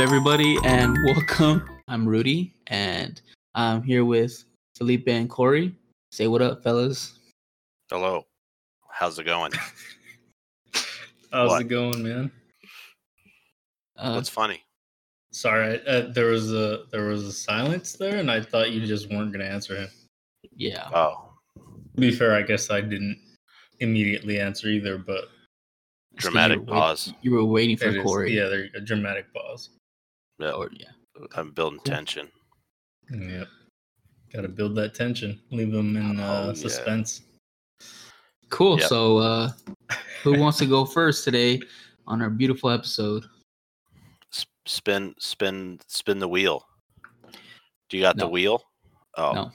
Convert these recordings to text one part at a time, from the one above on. everybody, and welcome. I'm Rudy, and I'm here with Felipe and Corey. Say what up, fellas. Hello. How's it going? How's What? it going, man? Uh, What's funny? It's all right. Uh, there was a there was a silence there, and I thought you just weren't gonna answer him. yeah, Oh, To be fair, I guess I didn't immediately answer either, but It's 'cause dramatic you were wait- pause. You were waiting it for is- Corey. yeah, there a dramatic pause. Yeah, Or, yeah. I'm building tension. Yep. Got to build that tension. Leave them in uh, Oh, yeah. suspense. Cool. Yep. So, uh, who wants to go first today on our beautiful episode? S- spin, spin, spin the wheel. Do you got No. the wheel? Oh, No.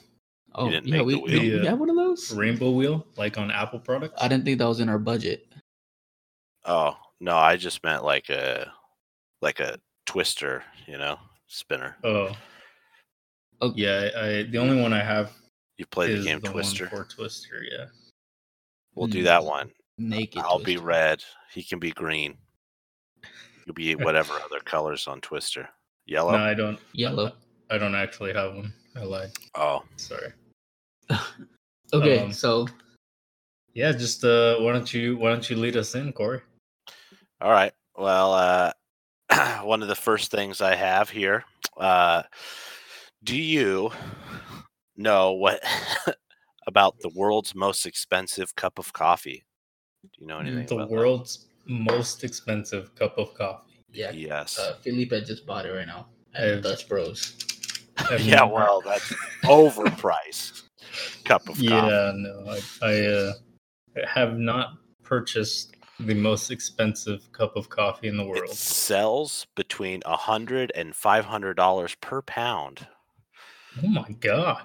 Oh, didn't yeah, make we, the we- wheel. we Yeah. have one of those. Rainbow wheel, like on Apple products. I didn't think that was in our budget. oh no! I just meant like a like a twister, you know, spinner. Oh. Oh. Yeah, I, I the only one I have You play is the game the Twister. one for Twister. Yeah. We'll do Mm. that one. Naked. I'll be Twister. red. He can be green. You'll be whatever other colors on Twister. Yellow. No, I don't. Yellow. I don't actually have one. I lied. Oh, Sorry. Okay, Um, so Yeah, just uh, why don't you why don't you lead us in, Corey? All right. Well, uh, one of the first things I have here. Uh, do you know what about the world's most expensive cup of coffee? Do you know anything? Mm, The about that? world's most expensive cup of coffee. yeah, Yes. uh, Felipe just bought it right now I've- at Dutch Bros. I've yeah. never- Well, that's overpriced cup of coffee. yeah, no, I, I uh, have not purchased the most expensive cup of coffee in the world. It sells between a hundred and five hundred dollars per pound. Oh my god!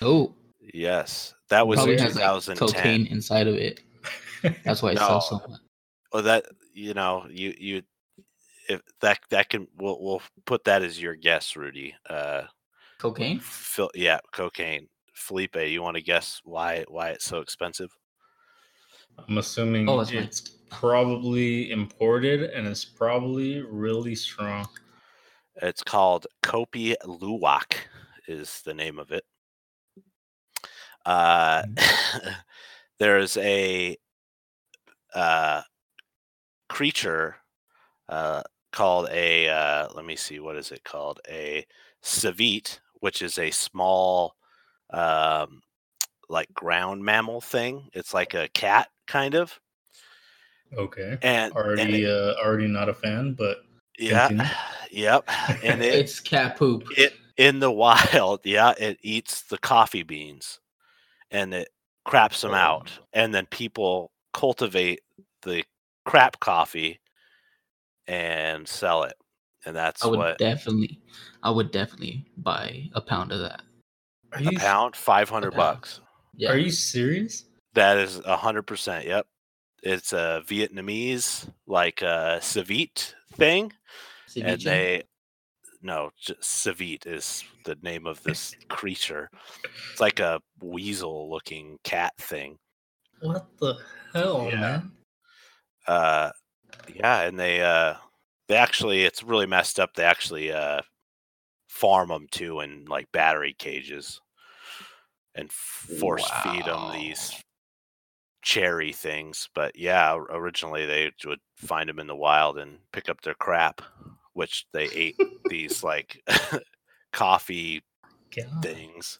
Oh, Yes, that was probably in has like 2010. cocaine inside of it. That's why it No. sells so much. Well, Oh, that you know, you you if that that can we'll we'll put that as your guess, Rudy. Uh, Cocaine? Phil, yeah, cocaine. Felipe, you want to guess why why it's so expensive? I'm assuming Oh, that's it's mine. probably imported and it's probably really strong. It's called Kopi Luwak, is the name of it. Uh, there's a uh, creature uh, called a, uh, let me see, what is it called? A civet, which is a small, um, like ground mammal thing. It's like a cat, kind of. Okay, And and already it- uh, already not a fan, but yeah, continue. yep. And it, it's cat poop. it in the wild, yeah, it eats the coffee beans and it craps them Oh. out. And then people cultivate the crap coffee and sell it. And that's I would what definitely, I would definitely buy a pound of that. are a you pound, 500 pound. bucks. Yeah. are you serious? That is 100%. Yep. It's a Vietnamese like uh, civet thing. and Ceviche? they no j- civet is the name of this creature it's like a weasel looking cat thing What the hell, Yeah. man? uh yeah and they uh they actually it's really messed up they actually uh farm them too in like battery cages and force feed 'em feed them Wow. these cherry things but yeah o- originally they would find them in the wild and pick up their crap which they ate these like coffee God. things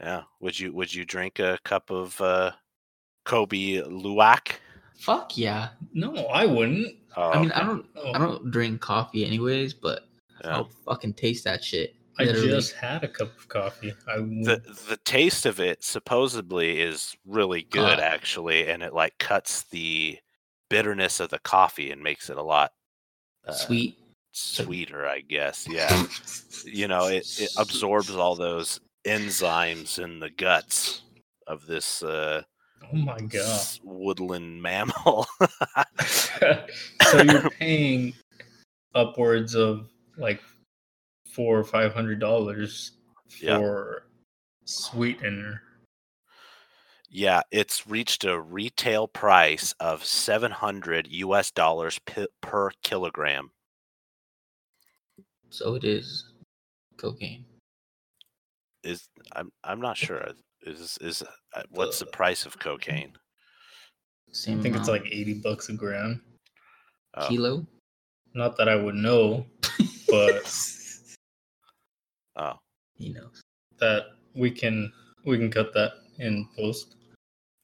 yeah would you would you drink a cup of uh kobe luwak Fuck yeah. No, I wouldn't. oh, I mean, I don't, No. I don't drink coffee anyways, but yeah. I'll fucking taste that shit. I Literally. just had a cup of coffee. I the would. Mm. the taste of it supposedly is really good Ah. actually and it like cuts the bitterness of the coffee and makes it a lot uh, sweet. Mm. sweeter i guess yeah you know it, it absorbs all those enzymes in the guts of this uh Oh my god! s- woodland mammal so you're paying upwards of like four or five hundred dollars Yeah. for sweetener. yeah it's reached a retail price of 700 us dollars pi- per kilogram So it is cocaine. Is I'm I'm not sure. Is is uh, what's the price of cocaine? Same I think it's amount. like 80 bucks a gram. Oh, kilo. Not that I would know, but oh. He knows. that we can we can cut that in post.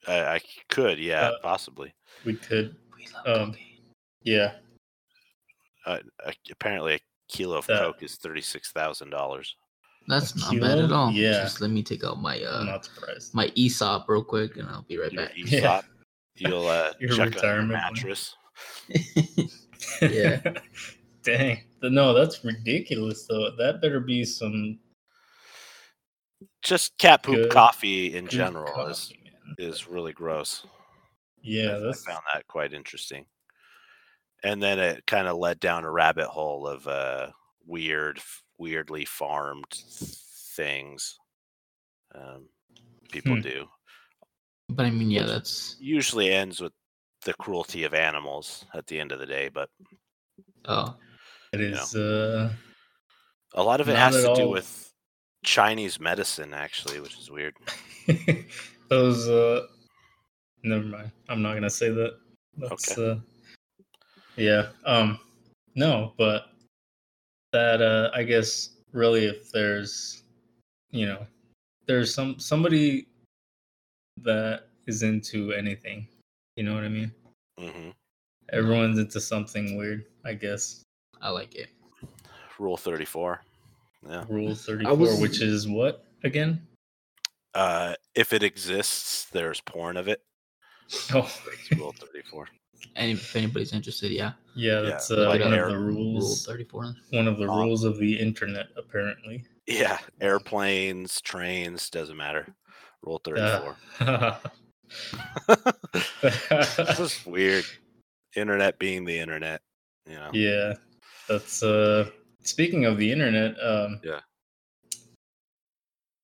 I, I could, yeah, Uh, possibly. We could, We love Um, cocaine. yeah. Uh, a- apparently, a kilo of that- coke is thirty six thousand dollars. That's not kilo? bad at all. Yeah. Just let me take out my I'm uh not surprised. my ESOP real quick, and I'll be right Your back. ESOP, you'll uh, Your check out your retirement plan. mattress. E- Yeah. Dang. No, that's ridiculous though. That better be some Just cat poop Good coffee in good general is coffee, man. is really gross. I- Yeah, that's I found that quite interesting. And then it kind of led down a rabbit hole of uh, weird, f- weirdly farmed things um, people Hmm. do. But I mean, yeah, that's Usually ends with the cruelty of animals at the end of the day, but oh it is uh a lot of it Not has at to do all. with Chinese medicine, actually, which is weird. those uh never mind i'm not gonna say that that's uh yeah um no but that uh i guess really if there's you know there's some somebody that is into anything you know what i mean hmm everyone's into something weird i guess I like it. Rule 34. Yeah. rule 34 was- which is what again Uh, if it exists, there's porn of it. oh It's Rule 34. And if anybody's interested, yeah, Yeah, yeah that's uh, like one air- of the rule rules thirty four. one of the Uh, rules of the internet apparently Yeah, airplanes, trains, doesn't matter. Rule 34. Uh, this is weird. Internet being the internet, you know. yeah that's uh speaking of the internet um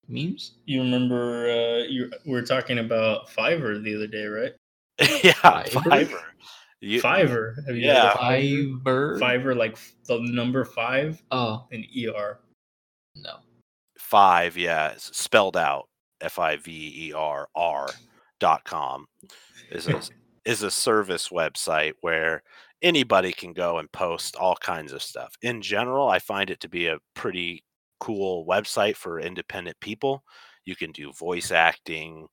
Memes? you remember uh you we were talking about fiverr the other day right Yeah, Fiverr? Fiverr. You, fiverr have you Yeah. heard of fiverr? Fiverr. fiverr like f- the number five Oh and er no. Five, yeah, it's spelled out. F I V E R R dot com is a is a service website where anybody can go and post all kinds of stuff. In general, I find it to be a pretty cool website for independent people. You can do voice acting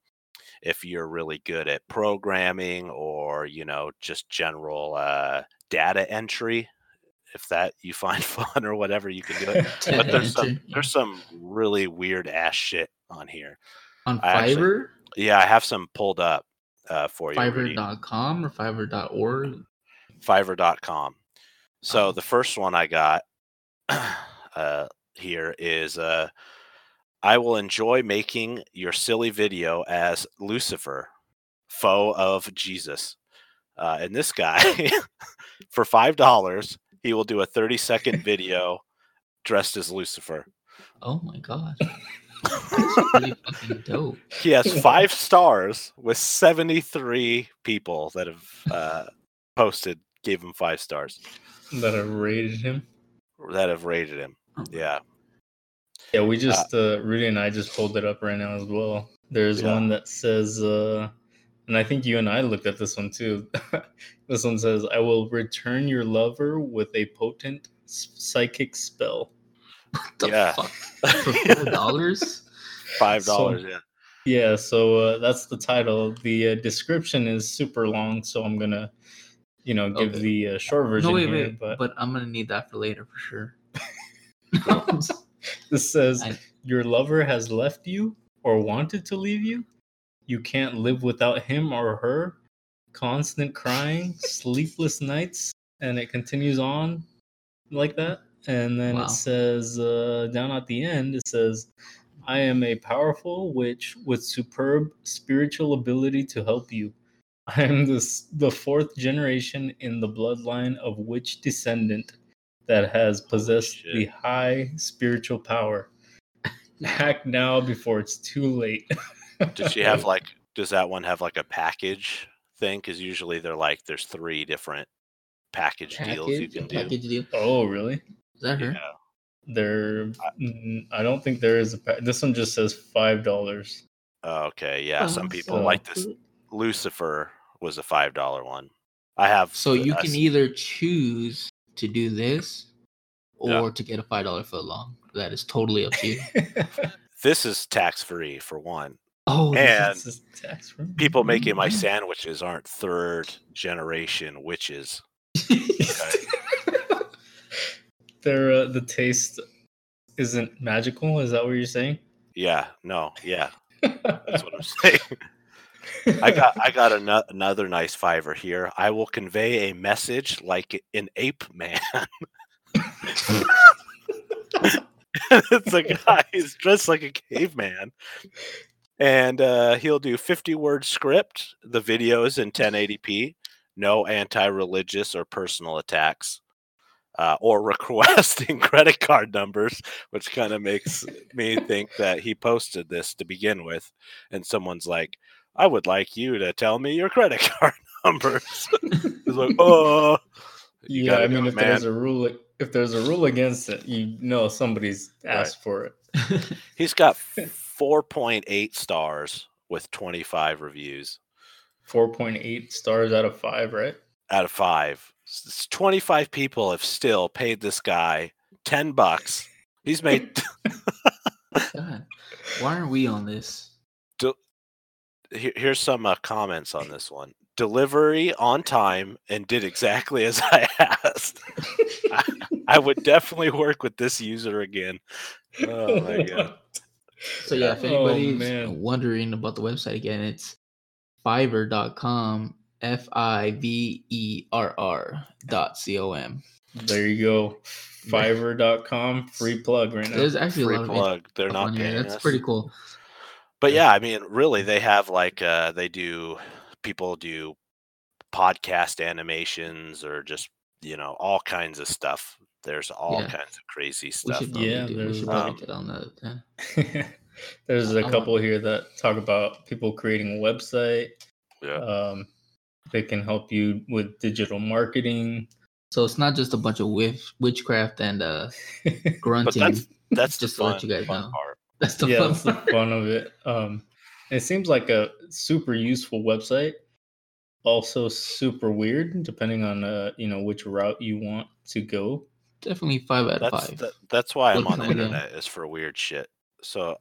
if you're really good at programming or, you know, just general uh, data entry. If that you find fun or whatever, you can do it. But there's some Mm. there's some really weird ass shit on here. on I actually- Fiverr, Yeah, I have some pulled up uh, for you. Rudy. Fiverr.com or Fiverr.org. Fiverr.com. So Oh. the first one I got uh, here is uh, I will enjoy making your silly video as Lucifer, foe of Jesus. Uh, and this guy, for $5, he will do a 30 second video dressed as Lucifer. Oh my god, that's pretty fucking dope. He has five stars with 73 people that have uh, posted, gave him five stars that have rated him that have rated him. Oh, Yeah. yeah we just uh rudy and i just pulled it up right now as well there's Yeah. one that says uh and i think you and i looked at this one too this one says i will return your lover with a potent s- psychic spell What the Yeah. fuck? For four dollars? Five So- dollars, yeah. yeah so uh, that's the title the uh, description is super long so i'm gonna you know give Okay. the uh, short version No, wait, here, wait. but, But I'm gonna need that for later for sure. this says I- your lover has left you or wanted to leave you you can't live without him or her constant crying sleepless nights and it continues on like that and then Wow. it says uh, down at the end it says i am a powerful witch with superb spiritual ability to help you i am the, s- the fourth generation in the bloodline of witch descendant that has possessed shit. the high spiritual power hack now before it's too late Does she have like? Does that one have like a package thing? Because usually they're like, there's three different package, deals you can do. package uh-huh. deal. oh really Is that her? Yeah. There, mm, I don't think there is a. pa- This one just says five dollars. Oh, okay, yeah. some Oh, people so- like this. Lucifer was a five dollar one. I have. So you I can e s- either choose to do this or Yeah. to get a five dollar foot long. That is totally up to you. This is tax free for one. Oh, this is- And- This is tax free. People making my Mhm. sandwiches aren't third generation witches. Their uh, the taste isn't magical. Is that what you're saying? Yeah, no, yeah, that's what I'm saying. I got I got ano- another nice fiver here. I will convey a message like an ape man. it's a guy who's dressed like a caveman, and uh, he'll do 50 word script. The video is in 1080p. No anti-religious or personal attacks, uh, or requesting credit card numbers, which kind of makes me think that he posted this to begin with, and someone's like. I would like you to tell me your credit card numbers. He's like, oh, you yeah, gotta I mean, do it, if there's man. a rule, if there's a rule against it, you know somebody's asked for it. he's got 4.8 stars with 25 reviews Four point eight stars out of five, right? out of five. S- s- 25 people have still paid this guy 10 bucks. He's made, God, why aren't we on this? here- here's some uh, comments on this one delivery on time and did exactly as I asked. I, I would definitely work with this user again. Oh my God. So yeah, if Oh, anybody's man. wondering about the website again, it's fiverr.com, F I V E R R dot C O M. There you go. Fiverr.com, free plug right now. There's actually Free a lot of plug. They're stuff not on here. paying That's us. pretty cool. But yeah, I mean, really, they have like uh, they do people do podcast animations or just you know all kinds of stuff. There's all Yeah. kinds of crazy We stuff. should on- probably Yeah, do. We there's, should probably um, get on that. yeah. There's I a want- couple here that talk about people creating a website. Yeah. Um, they can help you with digital marketing. So it's not just a bunch of witch, witchcraft and uh, But grunting. that's that's the Just to let fun, you guys fun know. part. That's the yeah, fun that's the part. fun of it. Um, it seems like a super useful website. Also, super weird, depending on uh, you know which route you want to go. Definitely five out of That's five. that, that's why I'm Look on the how many- internet is for weird shit. So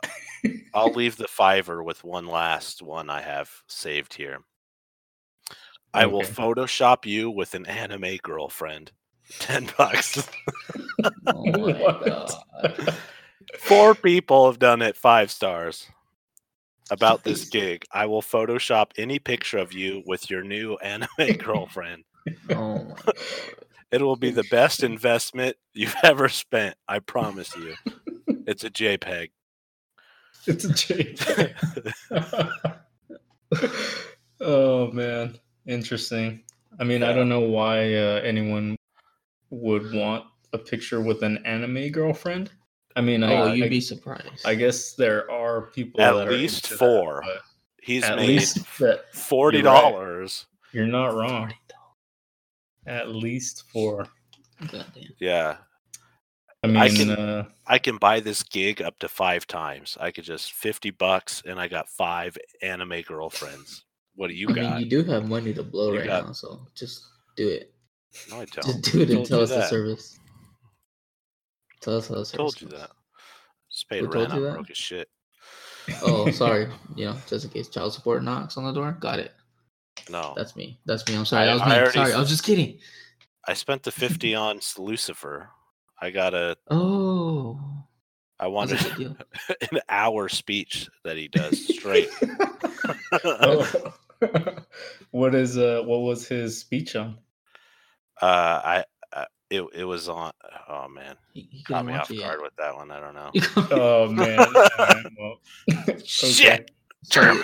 I'll leave the fiver with one last one I have saved here. I will Okay. Photoshop you with an anime girlfriend. Ten bucks. Oh my What? god. Four people have done it five stars. About this gig, I will Photoshop any picture of you with your new anime girlfriend. Oh my god. It will be the best investment you've ever spent. I promise you. It's a JPEG. It's a change. oh man, interesting. I mean, I Yeah. don't know why uh, anyone would want a picture with an anime girlfriend. I mean, I, Oh, I, you'd be surprised. I guess there are people At that are least into that, four. but He's at made least that forty dollars. you're not wrong. At least four. Goddamn. Yeah. I mean, can- uh, I can buy this gig up to five times. I could just fifty bucks and I got five anime girlfriends. What do you I got? mean, you do have money to blow You right got- now, so just do it. no, I Just don't. do it Told and tell you us the that. service. Tell us how the service. Told you goes. that. Just paid Who told rent. I'm you that? broke as shit. Oh, sorry. You know, just in case child support knocks on the door. Got it. No, That's me. That's me. I'm sorry. That Oh. I- was I me. already Sorry. s- I was just kidding. I spent the fifty on s- Lucifer. I got a. Oh. I That's wanted a good deal. an hour speech that he does straight. uh, Oh. what is uh, what was his speech on? Uh, I, I it it was on. Oh man, He, he caught couldn't me watch off it guard with that one. I don't know. yet. Oh man. All right, well, Shit. Sorry.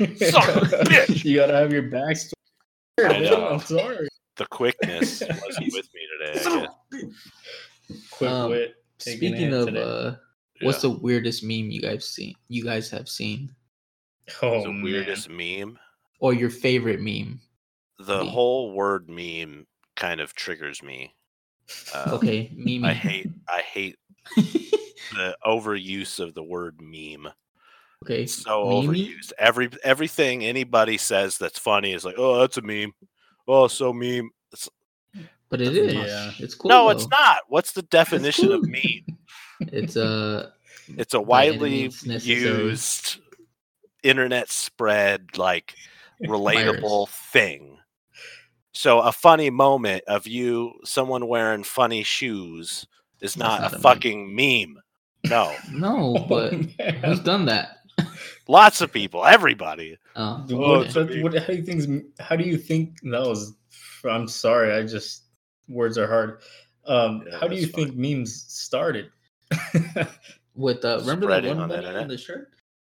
okay. Son of a bitch. you gotta have your backstory. I man, know. I'm sorry. The quickness wasn't with me today. I guess. Quick Um, wit. taking Speaking it of today. uh what's Yeah. the weirdest meme you guys seen you guys have seen? oh, the man. weirdest meme. Or your favorite meme? The Meme. whole word meme kind of triggers me. Um, okay, meme. I hate I hate the overuse of the word meme. okay, It's so meme. overused. Every everything anybody says that's funny is like, oh, that's a meme. Oh, so meme. But it is. Yeah. It's cool. no, it's though. not. What's the definition of cool. meme? It's uh, It's a By any widely means necessary. used internet spread like relatable thing. So a funny moment of you someone wearing funny shoes is That's not, not a a meme. fucking meme. No. Oh, no, Oh but who's done that? Lots of people, everybody. Oh, Well, okay. it's that- what- how do you think? How do you think that was? I'm sorry, I just words are hard. Um, Yeah, how do you that's fine. think memes started? with uh, remember that Spread it one on the bunny on internet. the shirt?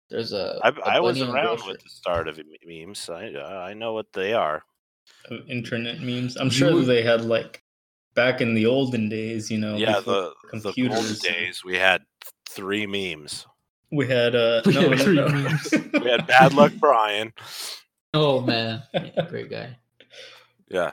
There's a. I, a I was bunny on a around girl's with shirt. the start of m- memes. I I know what they are. Internet memes. I'm You sure would- they had like back in the olden days. You know, yeah, before the the golden computers. days we had three memes. we had uh, We no, had no, three no. memes. We had Bad Luck Brian. Oh man, Yeah, great guy. Yeah,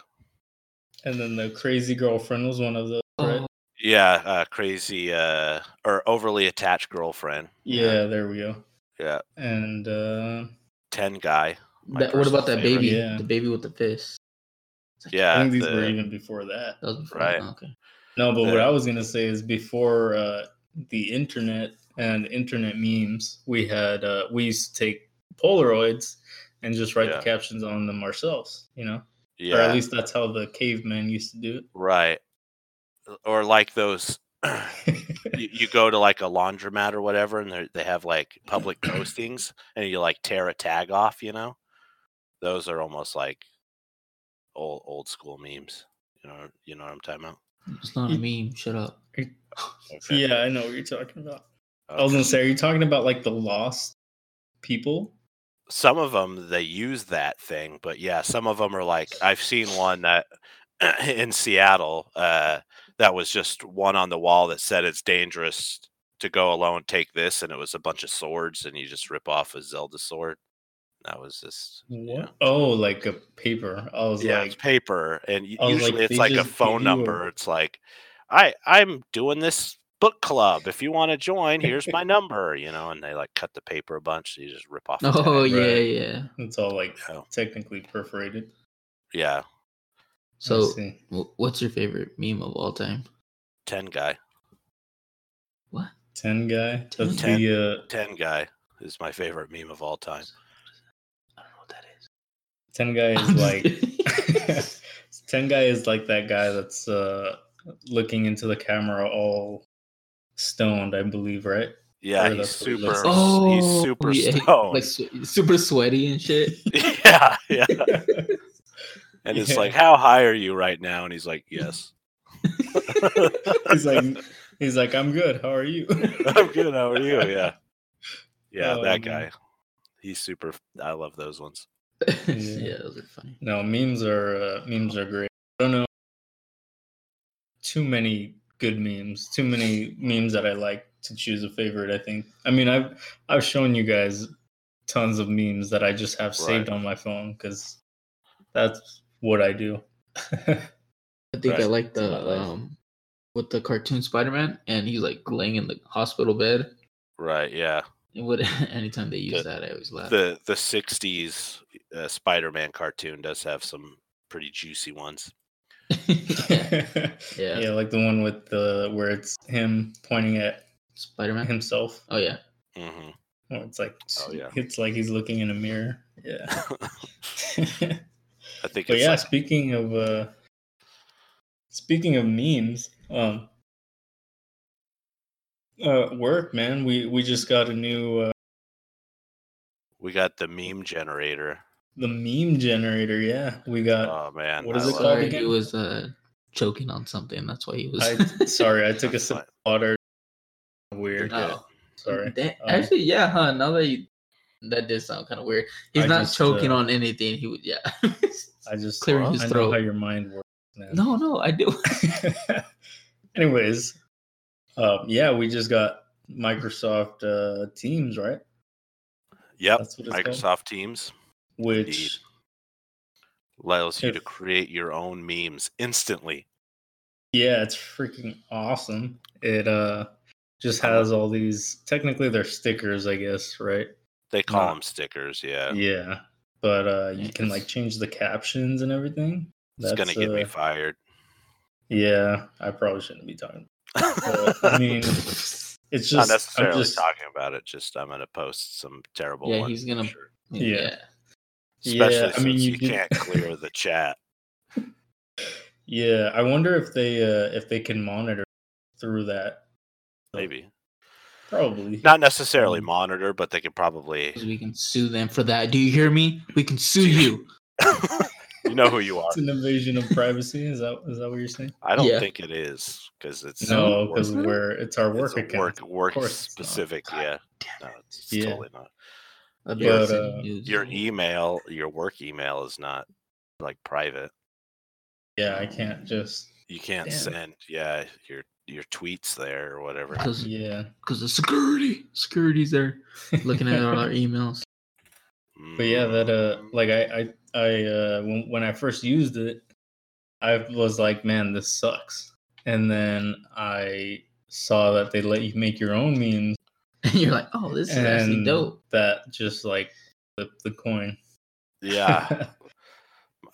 and then the crazy girlfriend was one of those. Right? Oh, yeah, uh, crazy uh, or overly attached girlfriend. yeah, there we go. yeah, And uh, ten guy. my that, what personal about that favorite. baby? Yeah. The baby with the fist. I Yeah, think these the- were even before that. That was before- Right. Okay. No, but what Yeah. I was gonna say is before uh, the internet and internet memes, we had uh, we used to take Polaroids and just write Yeah. the captions on them ourselves, you know, or yeah, at least that's how the cavemen used to do right. Or like those, it. you, you go to like a laundromat or whatever, and they they have like public postings, and you like tear a tag off. You know, those are almost like old old school memes. You know, you know what I'm talking about. It's not a meme. Shut up. yeah, I know what you're talking about. I was gonna say, are you talking about like the lost people? some of them they use that thing but yeah some of them are like i've seen one that in seattle uh that was just one on the wall that said it's dangerous to go alone take this and it was a bunch of swords and you just rip off a zelda sword that was just What? Oh, like a paper. I was yeah it's like, paper and y- I was like, usually they it's like a just give phone you a- number it's like i i'm doing this book club if you want to join here's my number you know and they like cut the paper a bunch so you just rip off the Oh tag. yeah, right. yeah. it's all like Oh, technically perforated. yeah I So, see. wh- what's your favorite meme of all time? 10 guy What? ten guy. That's Ten. the uh, 10 guy is my favorite meme of all time. I don't know what that is. ten guy is I'm just like. kidding. Ten guy is like that guy that's uh, looking into the camera all stoned, I believe, right? Yeah, Or he's that's what he super looks oh, he's super yeah, he- stoned. like swe- super sweaty and shit. yeah, yeah. And it's Yeah. like, how high are you right now? And he's like, yes. he's like, he's like, I'm good. How are you? I'm good. How are you? Yeah. Yeah, Oh, that guy. man. He's super I love those ones. yeah. those are funny. No, memes are uh, memes are great. I don't know too many good memes, too many memes that I like to choose a favorite. I think. I mean, I've I've shown you guys tons of memes that I just have saved Right. on my phone because that's what I do. I think I Right. like my the life. um with the cartoon Spider Man, and he's like laying in the hospital bed. Right, yeah. And what anytime they use that, I always laugh. The the 60s uh, Spider-Man cartoon does have some pretty juicy ones. yeah. yeah. like the one with the where it's him pointing at Spider Man. himself. Oh yeah, Mhm. Or it's like Oh, yeah. it's like he's looking in a mirror. Yeah. I think but it's yeah, like, speaking of uh speaking of memes, um uh work, man. We we just got a new uh we got the meme generator. the meme generator, yeah. We got Oh man. Uh, what is I it love- called sorry, he again? was uh choking on something. That's why he was. I sorry, I took a That's sip fine. of water. You're Weird. good. Oh. Sorry. Da- Um, actually, yeah, huh? Now that you, that did sound kind of weird. He's I not just, choking uh, on anything. He would, yeah. I just clearing I his know throat. how your mind works, man. no, no, I do. Anyways, um, yeah, we just got Microsoft uh, Teams, right? Yep. That's what it's called. Microsoft Teams Indeed. Which allows you to If- create your own memes instantly. Yeah, it's freaking awesome. It uh just Uh-huh. has all these technically they're stickers, I guess, right? They call Wow. them stickers. Yeah, Yeah. But uh you can like Nice. change the captions and everything. it's gonna get me uh, fired. Yeah, I probably shouldn't be talking. But, I mean, it's just not necessarily I'm just, talking about it. Just I'm gonna post some terrible. Yeah, ones he's for gonna- sure. Yeah. Yeah, Especially I mean, since you you, do- can't clear the chat. Yeah, I wonder if they uh if they can monitor through that. Maybe Probably. not necessarily Oh, Mm. monitor, but they could probably. 'Cause we can sue them for that. Do you hear me? We can sue you. you know who you are. It's an invasion of privacy. Is that is that what you're saying? I don't Yeah. think it is because it's No, work- because work- we're it's our it's work a account. work work course it's not. specific. Yeah, no, it's Yeah. totally not. That'd But, awesome uh, news. Your email, your work email, is not like private. Yeah, I can't just You can't Damn. send yeah your your tweets there or whatever. Because yeah. because the security security's there looking at all our emails. But yeah, that uh Mm, like I I, I uh when, when I first used it, I was like, man, this sucks. And then I saw that they let you make your own memes And you're like, oh, this is actually and dope. that just like flipped the coin. yeah.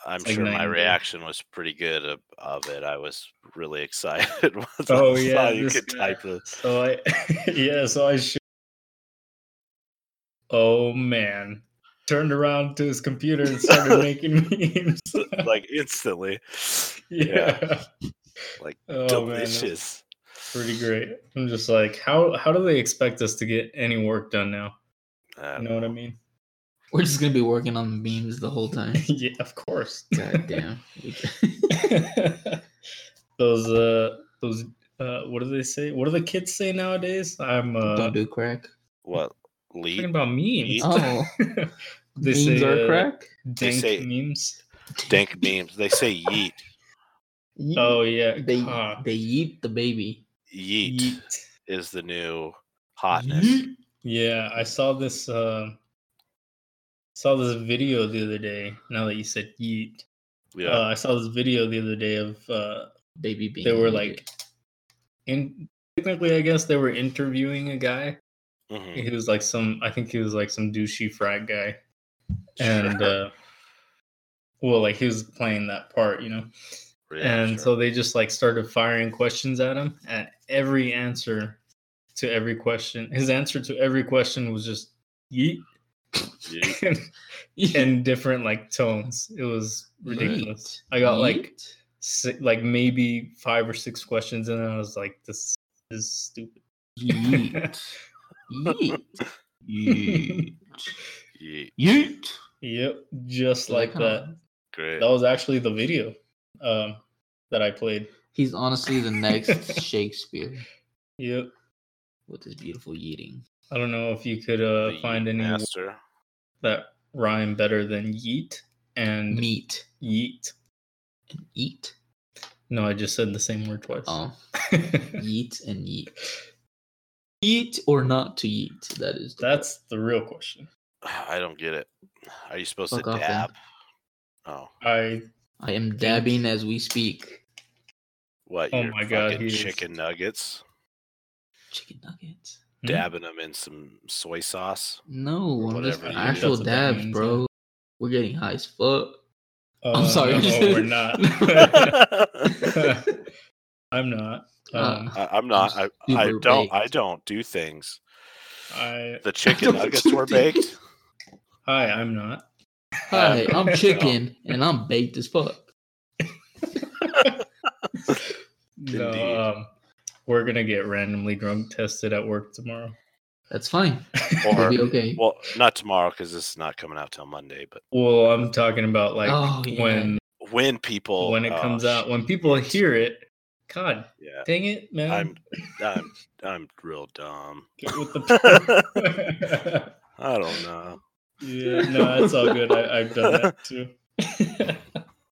I'm It's like sure night my and day. reaction was pretty good of, of it. I was really excited once Oh, I yeah, saw you this could guy. type a so I yeah, so I sh- Oh man. Turned around to his computer and started making memes. like instantly. yeah. Like, oh, man, that's Delicious. pretty great. I'm just like, how how do they expect us to get any work done now? Uh, You know what I mean? We're just gonna be working on the memes the whole time. yeah, of course. God damn. We- those uh those uh what do they say? What do the kids say nowadays? I'm uh Don't do crack. what talking lead about memes. Oh, they memes say, are uh, crack. Dank say- memes. dank memes. They say yeet. Yeet. Oh yeah. they God. they yeet the baby. Yeet, Yeet. is the new hotness. Yeet. Yeah, I saw this uh saw this video the other day. Now that you said yeet. Yeah. Uh, I saw this video the other day of uh, Baby being. they were yeeted. like, in technically, I guess they were interviewing a guy. mhm. He was like some, I think he was like some douchey frat guy, and Sure. uh, well, like he was playing that part, you know. Yeah, and sure. so they just like started firing questions at him, and every answer to every question, his answer to every question was just yeet Yeet. in different like tones. It was ridiculous. I got like Yeet? si like maybe five or six questions, and then I was like, "This is stupid." yeet. Yeet. Yeet. Yeet. Yeet. Yep, just Yeah, like kinda that. Great. That was actually the video um, that I played. He's honestly the next Shakespeare Yep. with his beautiful yeeting. I don't know if you could The uh, yeet find any word master. that rhyme better than yeet and Meat. yeet. And eat. No, I just said the same word twice. Oh, yeet and yeet. Eat or not to eat. That is. the- That's the real question. I don't get it. Are you supposed Fuck to off, then. dab? Oh. I I am dabbing as we speak. What? Oh your my God, fucking he is- chicken nuggets, Chicken nuggets. Hmm? dabbing them in some soy sauce. No, I'm just Whatever, dude. actual That's what that dabs, means, bro. yeah. We're getting high as fuck. Uh, sorry, I'm No, just- we're not. I, I'm not. Um, Uh, I'm not. I, I Super don't. I baked. don't do things. I The chicken don't nuggets do were things. baked. hi, I'm not. Hi, I'm chicken and I'm baked as fuck. Indeed. No, um, we're gonna get randomly drunk tested at work tomorrow. That's fine. We'll Or be okay. well, not tomorrow because this is not coming out till Monday. But Well, I'm talking about like Oh, yeah. when when people when it oh, comes sh- out, when people hear it. God yeah, dang it, man! I'm I'm I'm real dumb. Get with the. I don't know. yeah, no, that's all good. I, I've done that too.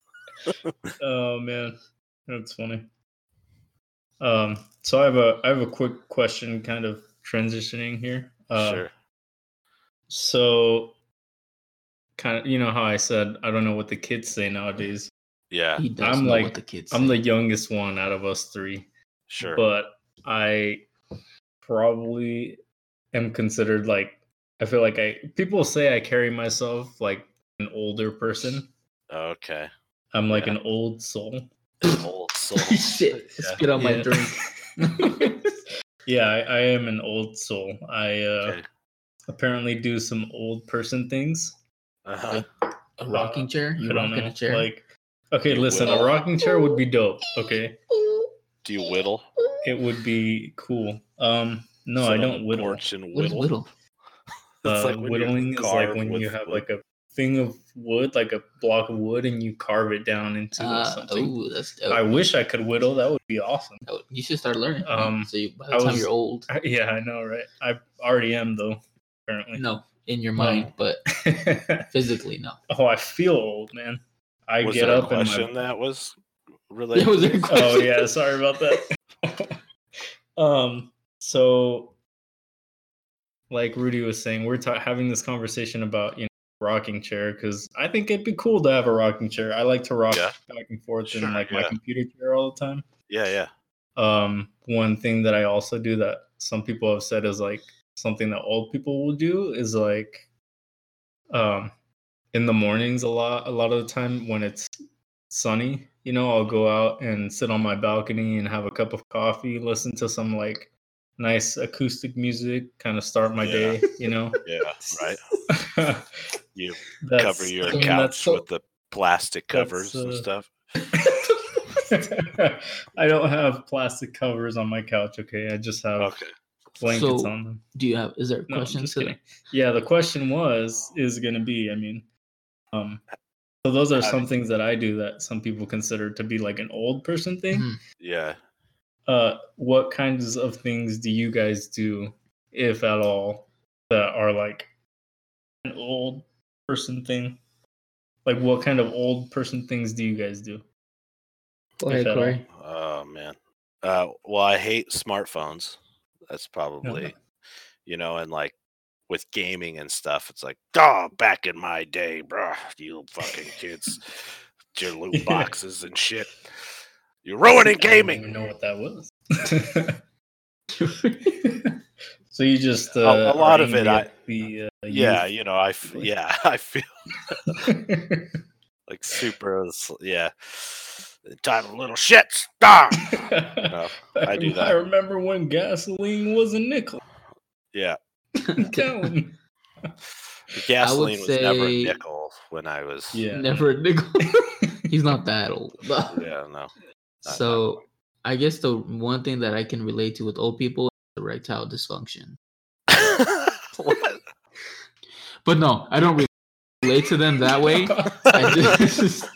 oh man, that's funny. Um, so I have a I have a quick question, kind of transitioning here. Uh, sure. So, kind of, you know how I said I don't know what the kids say nowadays. Yeah, He does I'm know like- what the kids. I'm the say. youngest one out of us three, sure. but I probably am considered like I feel like I people say I carry myself like an older person. okay. I'm like Yeah. an old soul. Old soul. shit. Yeah. Spit on my Yeah. drink. yeah, I, I am an old soul. I uh, Okay. apparently do some old person things. Uh-huh. A rocking chair. You I rock don't in know. a chair. Like, okay, You listen, will. a rocking chair would be dope. Okay, Do you whittle? it would be cool. Um, no, Sit I on don't the whittle. porch and what is whittle. little? It's Uh, like when you whittling is like carve when you with have wood. like a thing of wood, like a block of wood, and you carve it down into Uh, something. oh, that's dope. I wish I could whittle. That would be awesome. That would- you should start learning. man. Um, so you, by I the time was- you're old, Yeah, I know, right? I already am though. Apparently. no, in your No. mind, but physically, no. oh, I feel old, man. I was get there up a and question my that was That related? was to a this? question. oh yeah sorry about that um so like rudy was saying we're ta- having this conversation about you know rocking chair because i think it'd be cool to have a rocking chair i like to rock Yeah. back and forth Sure, in like yeah. my computer chair all the time yeah, yeah. um one thing that i also do that some people have said is like something that old people will do is like um in the mornings a lot a lot of the time when it's sunny you know i'll go out and sit on my balcony and have a cup of coffee listen to some like nice acoustic music kind of start my Yeah. day you know Yeah, right. You That's- Cover your I mean, couch that's so- with the plastic that's, covers and uh, stuff. i don't have plastic covers on my couch okay i just have Okay. blankets So- on them Do you have? Is there No, I'm questions? just to kidding. Yeah, the question was is going to be. I mean, um, so those are How some did- things that I do that some people consider to be like an old person thing. Mm-hmm. Mhm. Yeah. Uh, what kinds of things do you guys do, if at all, that are like an old person thing? Like, what kind of old person things do you guys do? Go If ahead, at all. Corey. Oh man. Uh, well, I hate smartphones. That's probably, you know, and like with gaming and stuff, it's like, oh, back in my day, bruh, you fucking kids, with your Yeah. loot boxes and shit. You're ruining I gaming. don't even know what that was. so you just uh, a are lot of angry it, I- at the uh, Yeah, you know, I f- Really? yeah, I feel youth. like super, s- yeah, entitled little shits. Ah! No, I do that. I remember when gasoline was a nickel. yeah. I'm telling The gasoline was never a say- nickel when I was. you. Yeah. Never a nickel. He's not that old. Yeah, no. not so I guess the one thing that I can relate to with old people is erectile dysfunction. What? But no, I don't re- relate to them that way. I just,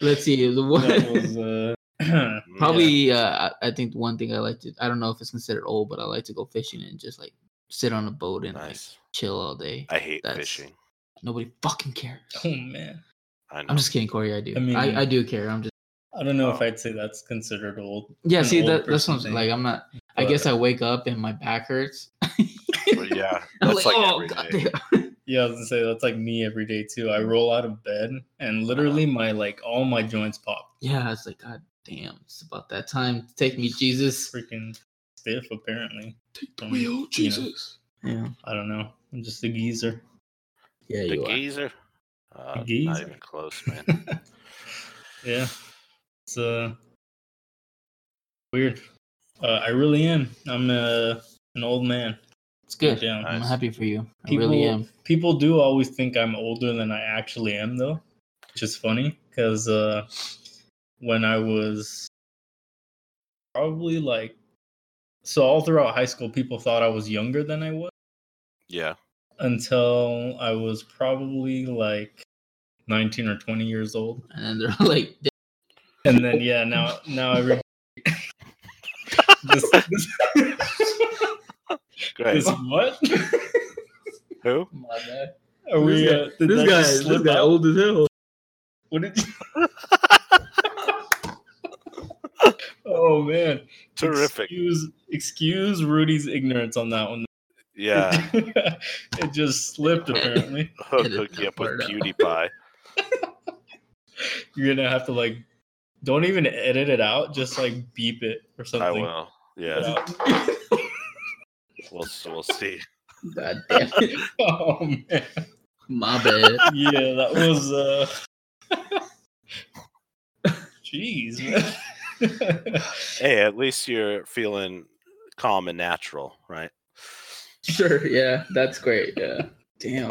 let's see. The one, that was uh, probably uh, I I think one thing I like to I don't know if it's considered old, but I like to go fishing and just like sit on a boat and like, Nice. chill all day. I hate That's- fishing. Nobody fucking cares. oh man. I know. I'm just kidding, Corey. I do. I, I mean- I, do care. I'm just I don't know if Oh. I'd say that's considered old. yeah. an See old that that's what I'm person saying. like. I'm not. I but- guess I wake up and my back hurts. Well, yeah, I'm that's like, like, oh every god. day. damn. Yeah, I was gonna say that's like me every day too. I roll out of bed and literally Uh-huh. my like all my joints pop. Yeah, it's like god damn. It's about that time. Take me, Jesus. Freaking stiff apparently. Take the Yeah. I don't know. I'm just a geezer. Yeah, The you are. geezer. Uh, Not geezer. even close, man. yeah. It's uh weird. Uh, I really am. I'm uh, an old man. It's good. Down. I'm Nice. happy for you. I People, really am. people do always think I'm older than I actually am, though, which is funny because uh, when I was probably like, so all throughout high school, people thought I was younger than I was Yeah. until I was probably like 19 or 20 years old. And then they're like, And then yeah, now now everybody this, this, Great. this what? Who? my bad. Are we uh, did that just slip out? old as hell. What did you- oh man! Terrific. Excuse, excuse Rudy's ignorance on that one. Yeah. it just slipped apparently. Hook, Edit hook you that up with part out. PewDiePie. You're gonna have to like, don't even edit it out. Just like beep it or something. I will. Yeah, Yeah. we'll we'll see. God damn it. oh man. My bad. Yeah, that was. uh Jeez. man. Hey, at least you're feeling calm and natural, right? Sure. Yeah, that's great. Yeah. Damn.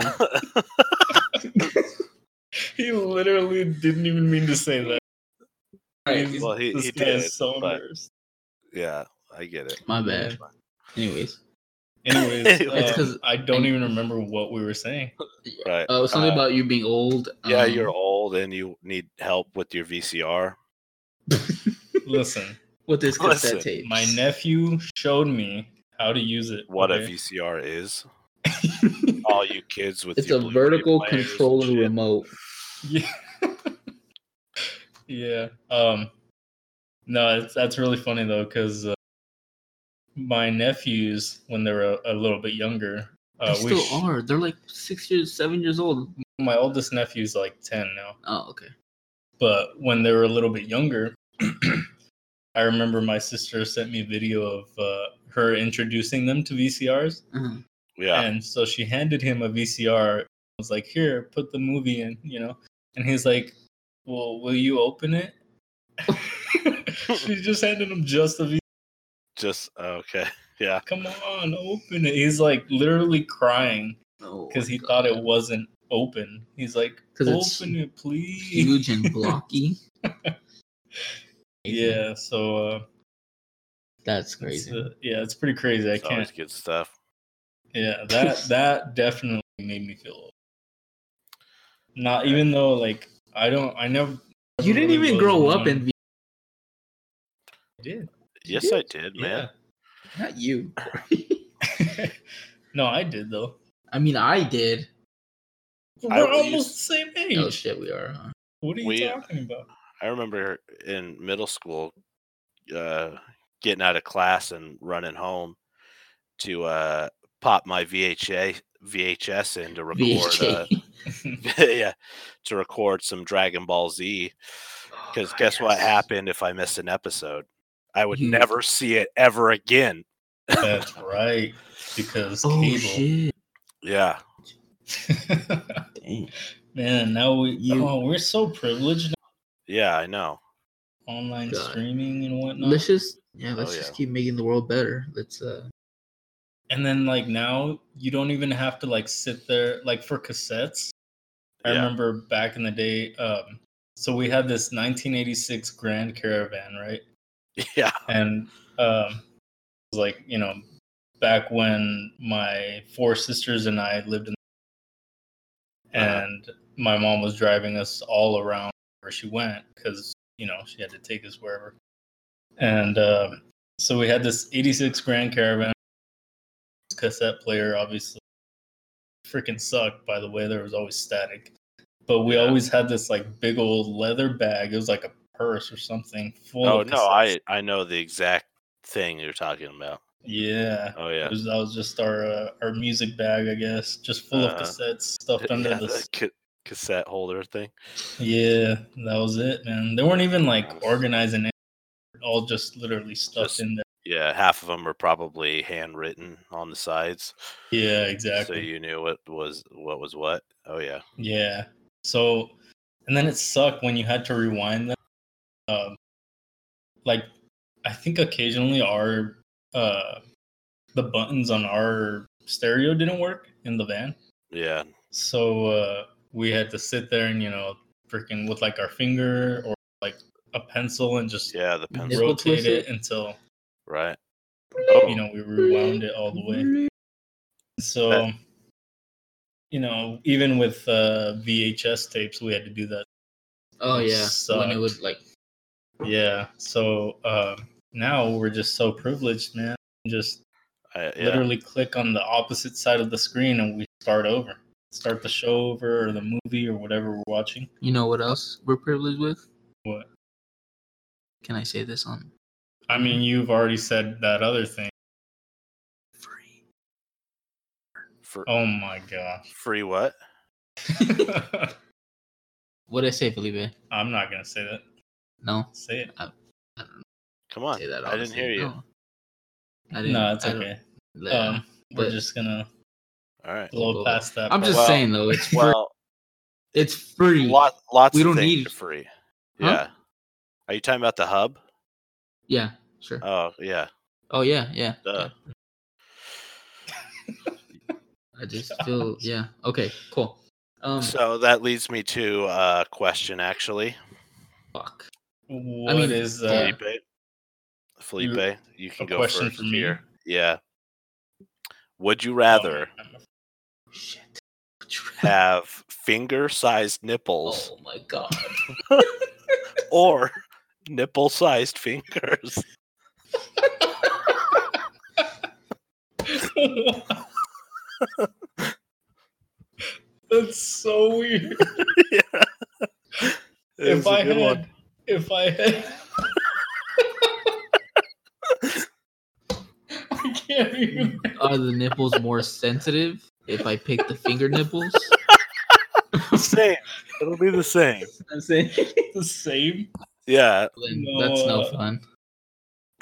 he literally didn't even mean to say that. Right. He's- Well, he- this he guy did, is so but- embarrassed. Yeah, I get it. My bad. Anyways, Anyways, It's um, 'cause- I don't even remember what we were saying. Right. uh, something Uh, about you being old. yeah, um, you're old and you need help with your VCR. Listen, with this Listen, cassette tape. my nephew showed me how to use it. What okay? a VCR is. All you kids with It's your a Blu-ray vertical players and controller shit. remote. Yeah. yeah. Um. No, it's, that's really funny though, because uh, my nephews, when they were a, a little bit younger, uh, they we still sh- are. They're like six years, seven years old. my oldest nephew's like ten now, Oh, okay. but when they were a little bit younger, I remember my sister sent me a video of uh, her introducing them to VCRs, Uh-huh. Yeah. And so she handed him a VCR. and Was like, here, put the movie in, you know. And he's like, well, will you open it? she just handed him just the VCR. Just oh, okay. Yeah. Come on, open it. He's like literally crying Oh, because he God. thought it wasn't open. He's like, 'Cause open it's it, please. huge and blocky. Yeah. So uh, that's it's, crazy. uh, yeah, it's pretty crazy. I It's always can't. good stuff. Yeah, that that definitely made me feel. old. Not even though like I don't, I never. You didn't really even was grow up one- in V. I did. Yes, I did, man. Not you. Yeah. no, I did though. I mean, I did. We're I was- almost the same age. Oh shit, we are. Huh? What are you We- talking about? I remember in middle school uh, getting out of class and running home to uh, pop my VHA, VHS in to record. Uh, VHA. yeah, to record some Dragon Ball Z. Because Oh, guess what yes. Mm-hmm. happened if I missed an episode? I would You- never see it ever again. That's right. Because Oh cable. shit. Yeah. Dang. Man, now we You- oh, we're so privileged now. Yeah, I know. online God. streaming and whatnot. Let's just yeah, let's Oh, just yeah. keep making the world better. Let's uh and then like now you don't even have to like sit there like for cassettes. I Yeah. remember back in the day, um, so we had this 1986 Grand Caravan, right? Yeah. and um, it was like you know, back when my four sisters and I lived in, Uh-huh. and my mom was driving us all around where she went because you know she had to take us wherever, and um, so we had this '86 Grand Caravan cassette player, obviously. Freaking sucked, by the way. There was always static, but we Yeah. always had this like big old leather bag. It was like a purse or something full. Oh, of no, cassettes. I, I know the exact thing you're talking about. Yeah. Oh, It yeah. was, that was just our uh, our music bag, I guess, just full Uh-huh. of cassettes stuffed under Yeah, the. the s- ca- cassette holder thing. Yeah, that was it, man. They weren't even like organizing it; all just literally stuffed Just- in there. Yeah, half of them are probably handwritten on the sides, Yeah, so exactly. you knew what was what was what. Oh yeah, yeah. So, and then it sucked when you had to rewind them. Um, like, I think occasionally our uh, the buttons on our stereo didn't work in the van. yeah, So uh, we had to sit there and you know, freaking with like our finger or like a pencil and just yeah. The Nip- pencil, Nipple rotate twist it it? until right? you Oh, know we rewound it all the Mm-hmm. way. So That- you know, even with uh, VHS tapes, we had to do that. Oh It yeah. When it sucked. would like Yeah. So uh, now we're just so privileged, man. Just I, yeah. literally click on the opposite side of the screen and we start over, start the show over or the movie or whatever we're watching. you know what else we're privileged with? What? Can I say this on I mean, you've already said that other thing. free? For, Oh my gosh. Free what? What did I say, Felipe? I'm not gonna say that. No, Say it. I don't Come on. say that. I didn't honestly. hear you. No. I didn't. No, it's I don't- okay. yeah. Um, we're but- just gonna All right. Well, blow past that. I'm part. just Well- saying though, it's free. Well, it's free. lot, lots We of don't things need- are free. Huh? Yeah. Are you talking about the hub? Yeah, sure. Oh, yeah. oh yeah, yeah. Duh. I just feel yeah. Okay, cool. Um, So that leads me to a question, actually. fuck. What mean, is, yeah. uh, Felipe, Felipe, you can a go question first for me? here. Yeah. Would Oh you rather Shit. have finger-sized nipples Oh my god. Oh. or nipple-sized fingers? That's so weird. yeah. It was if a I good had, one. if I had, I can't even. Are the nipples more sensitive if I pick the finger nipples? same. It'll be the same. I'm saying The same. Yeah. then that's no No, uh, fun.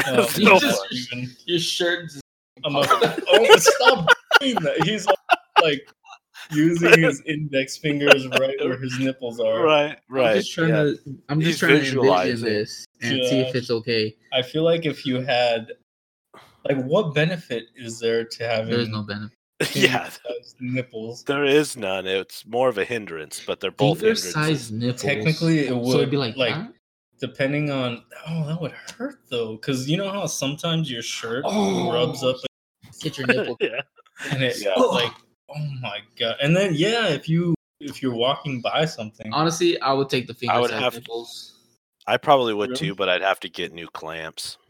Oh, It's you no just- fun. even- Your shirt. I'm like, oh, stop doing that. He's like using his index fingers right where his nipples are. Right. Right. I'm just trying yeah. to. I'm just He's trying to envision visualizing. this and see if it's okay. I feel like if you had, like, what benefit is there to having There's no benefit. yeah. finger-sized nipples? There is none. It's more of a hindrance, but they're both Finger hindrances. sized nipples. Technically, it would so it'd be like, huh? depending on. Oh, that would hurt though, because you know how sometimes your shirt Oh. rubs up get your nipple. yeah. and it Yeah. like, oh my god! And then yeah, if you if you're walking by something, Honestly, I would take the finger would sized have- nipples. I probably would Really? too, but I'd have to get new clamps.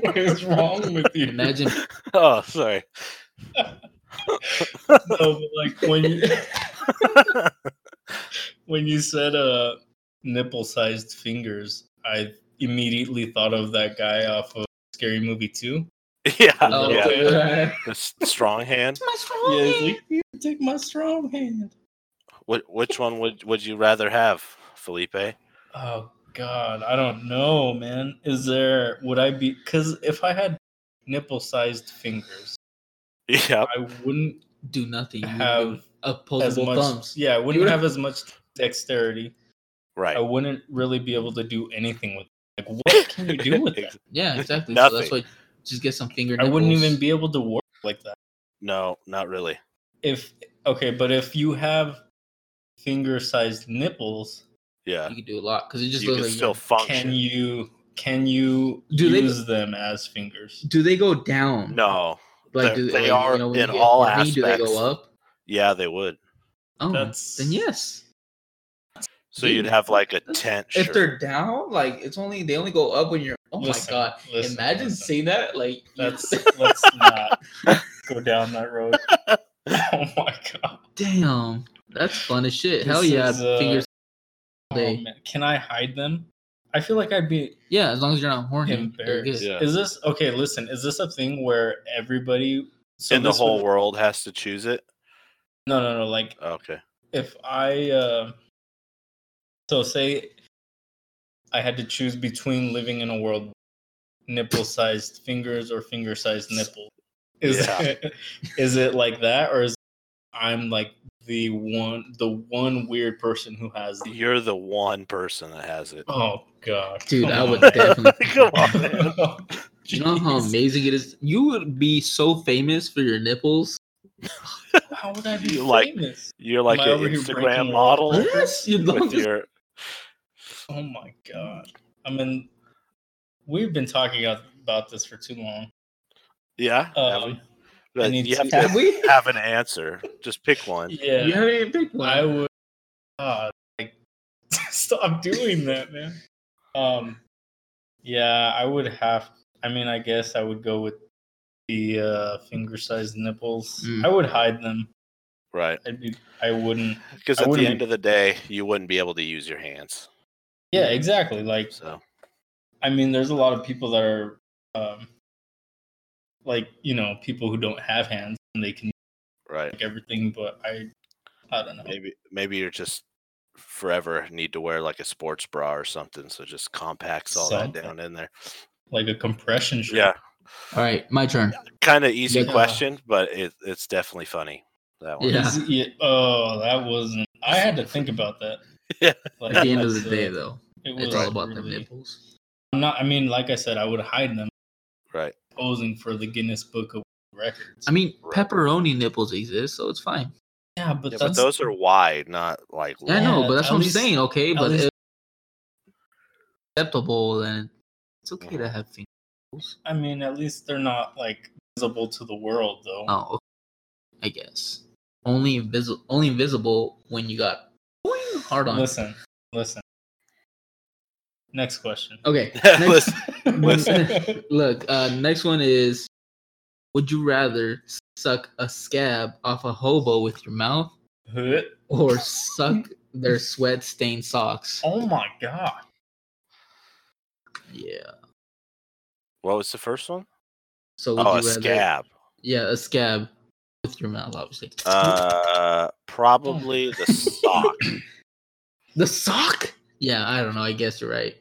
what is wrong with you? Imagine Oh, sorry. No, but, like when you when you said uh nipple sized fingers, I immediately thought of that guy off of Scary Movie Two. yeah. Oh, yeah. okay. The s- strong hand. my Yeah, he's like, you take my strong hand. What? Which one would would you rather have, Felipe? Oh God, I don't know, man. Is there would I be? Because if I had nipple-sized fingers, Yeah. I wouldn't do nothing. You have have as opposable much. thumbs. Yeah, I You wouldn't would- have as much dexterity. I Right. wouldn't really be able to do anything with. Like, what can you do with that? Ex- Yeah, exactly. So that's Nothing. why just get some finger. I wouldn't nipples. even be able to work like that. No, not really. If okay, but if you have finger-sized nipples, Yeah. You could do a lot because it just You looks can like. still can function. you can you Do they- use them as fingers? do they go down? No. like They- do, they like, are you know, when you in get all horny, Do they aspects. go up? Yeah, they would. Oh, That's- then yes. So Dude, you'd have like a that's- tent. If shirt. they're down, like it's only they only go up when you're. Oh Listen, my god! listen, Imagine listen. seeing that. Like That's let's not go down that road. Oh my god! damn, that's fun as shit. Hell This yeah, is, uh, fingers. Oh, They- man. Can I hide them? I feel like I'd be Yeah, as long as you're not horny. they're good. embarrassed. Yeah. Is this okay? Listen, is this a thing where everybody so and the this whole would- world has to choose it. No, no, no. Like Okay. if I uh, so say I had to choose between living in a world with nipple-sized fingers or finger-sized nipple. Is Yeah. it, is it like that, or is I'm like the one the one weird person who has? The, You're the one person that has it. oh God, Dude, come I would on. definitely. Come on, man. You know how Jeez. amazing it is. You would be so famous for your nipples. How would I be You like- famous? You're like Am I an over here Instagram breaking model rules? Yes, you'd with love it. your Oh my God! I mean, we've been talking about- about this for too long. yeah. have Um, we? But need you to- have Have to we? have an answer. Just pick one. yeah, You haven't even picked one. I would God, like stop doing that, man. Um yeah, I would have I mean I guess I would go with the uh finger sized nipples. Mm. I would hide them. Right. I'd be I wouldn't Because I at the wouldn't- end of the day, you wouldn't be able to use your hands. Yeah, exactly. Like So I mean there's a lot of people that are um like, you know, people who don't have hands and they can right. like everything, but I I don't know. Maybe maybe you're just forever need to wear like a sports bra or something, so just compacts all Something. that down in there. Like a compression shirt. Yeah, All right, my turn. kind of easy Yeah. question, but it, it's definitely funny that one. Yeah. Is it- yeah, Oh, that wasn't. I had to think about that. Yeah. At the end of that's, the uh, day, though, it it's was all about the really- nipples. I'm not. I mean, like I said, I would hide them Right. posing for the Guinness Book of Records. I mean, pepperoni nipples exist, so it's fine. yeah, but, Yeah, but that's, those are wide, not like I long. know, Yeah, but that's at what I'm least- saying. Okay, at but least- it's acceptable, and it's okay to have fingers. I mean, at least they're not like visible to the world, though. Oh, okay. I guess only invisible, only invisible when you got boing, hard on. Listen, listen. Next question. Okay. Listen, Oh, listen. Look, uh, next one is: Would you rather suck a scab off a hobo with your mouth, or suck their sweat-stained socks? oh my god! Yeah. What was the first one? So would Oh, you a rather? scab. Yeah, a scab with your mouth, obviously. Uh, probably the sock. The sock? Yeah, I don't know. I guess you're right.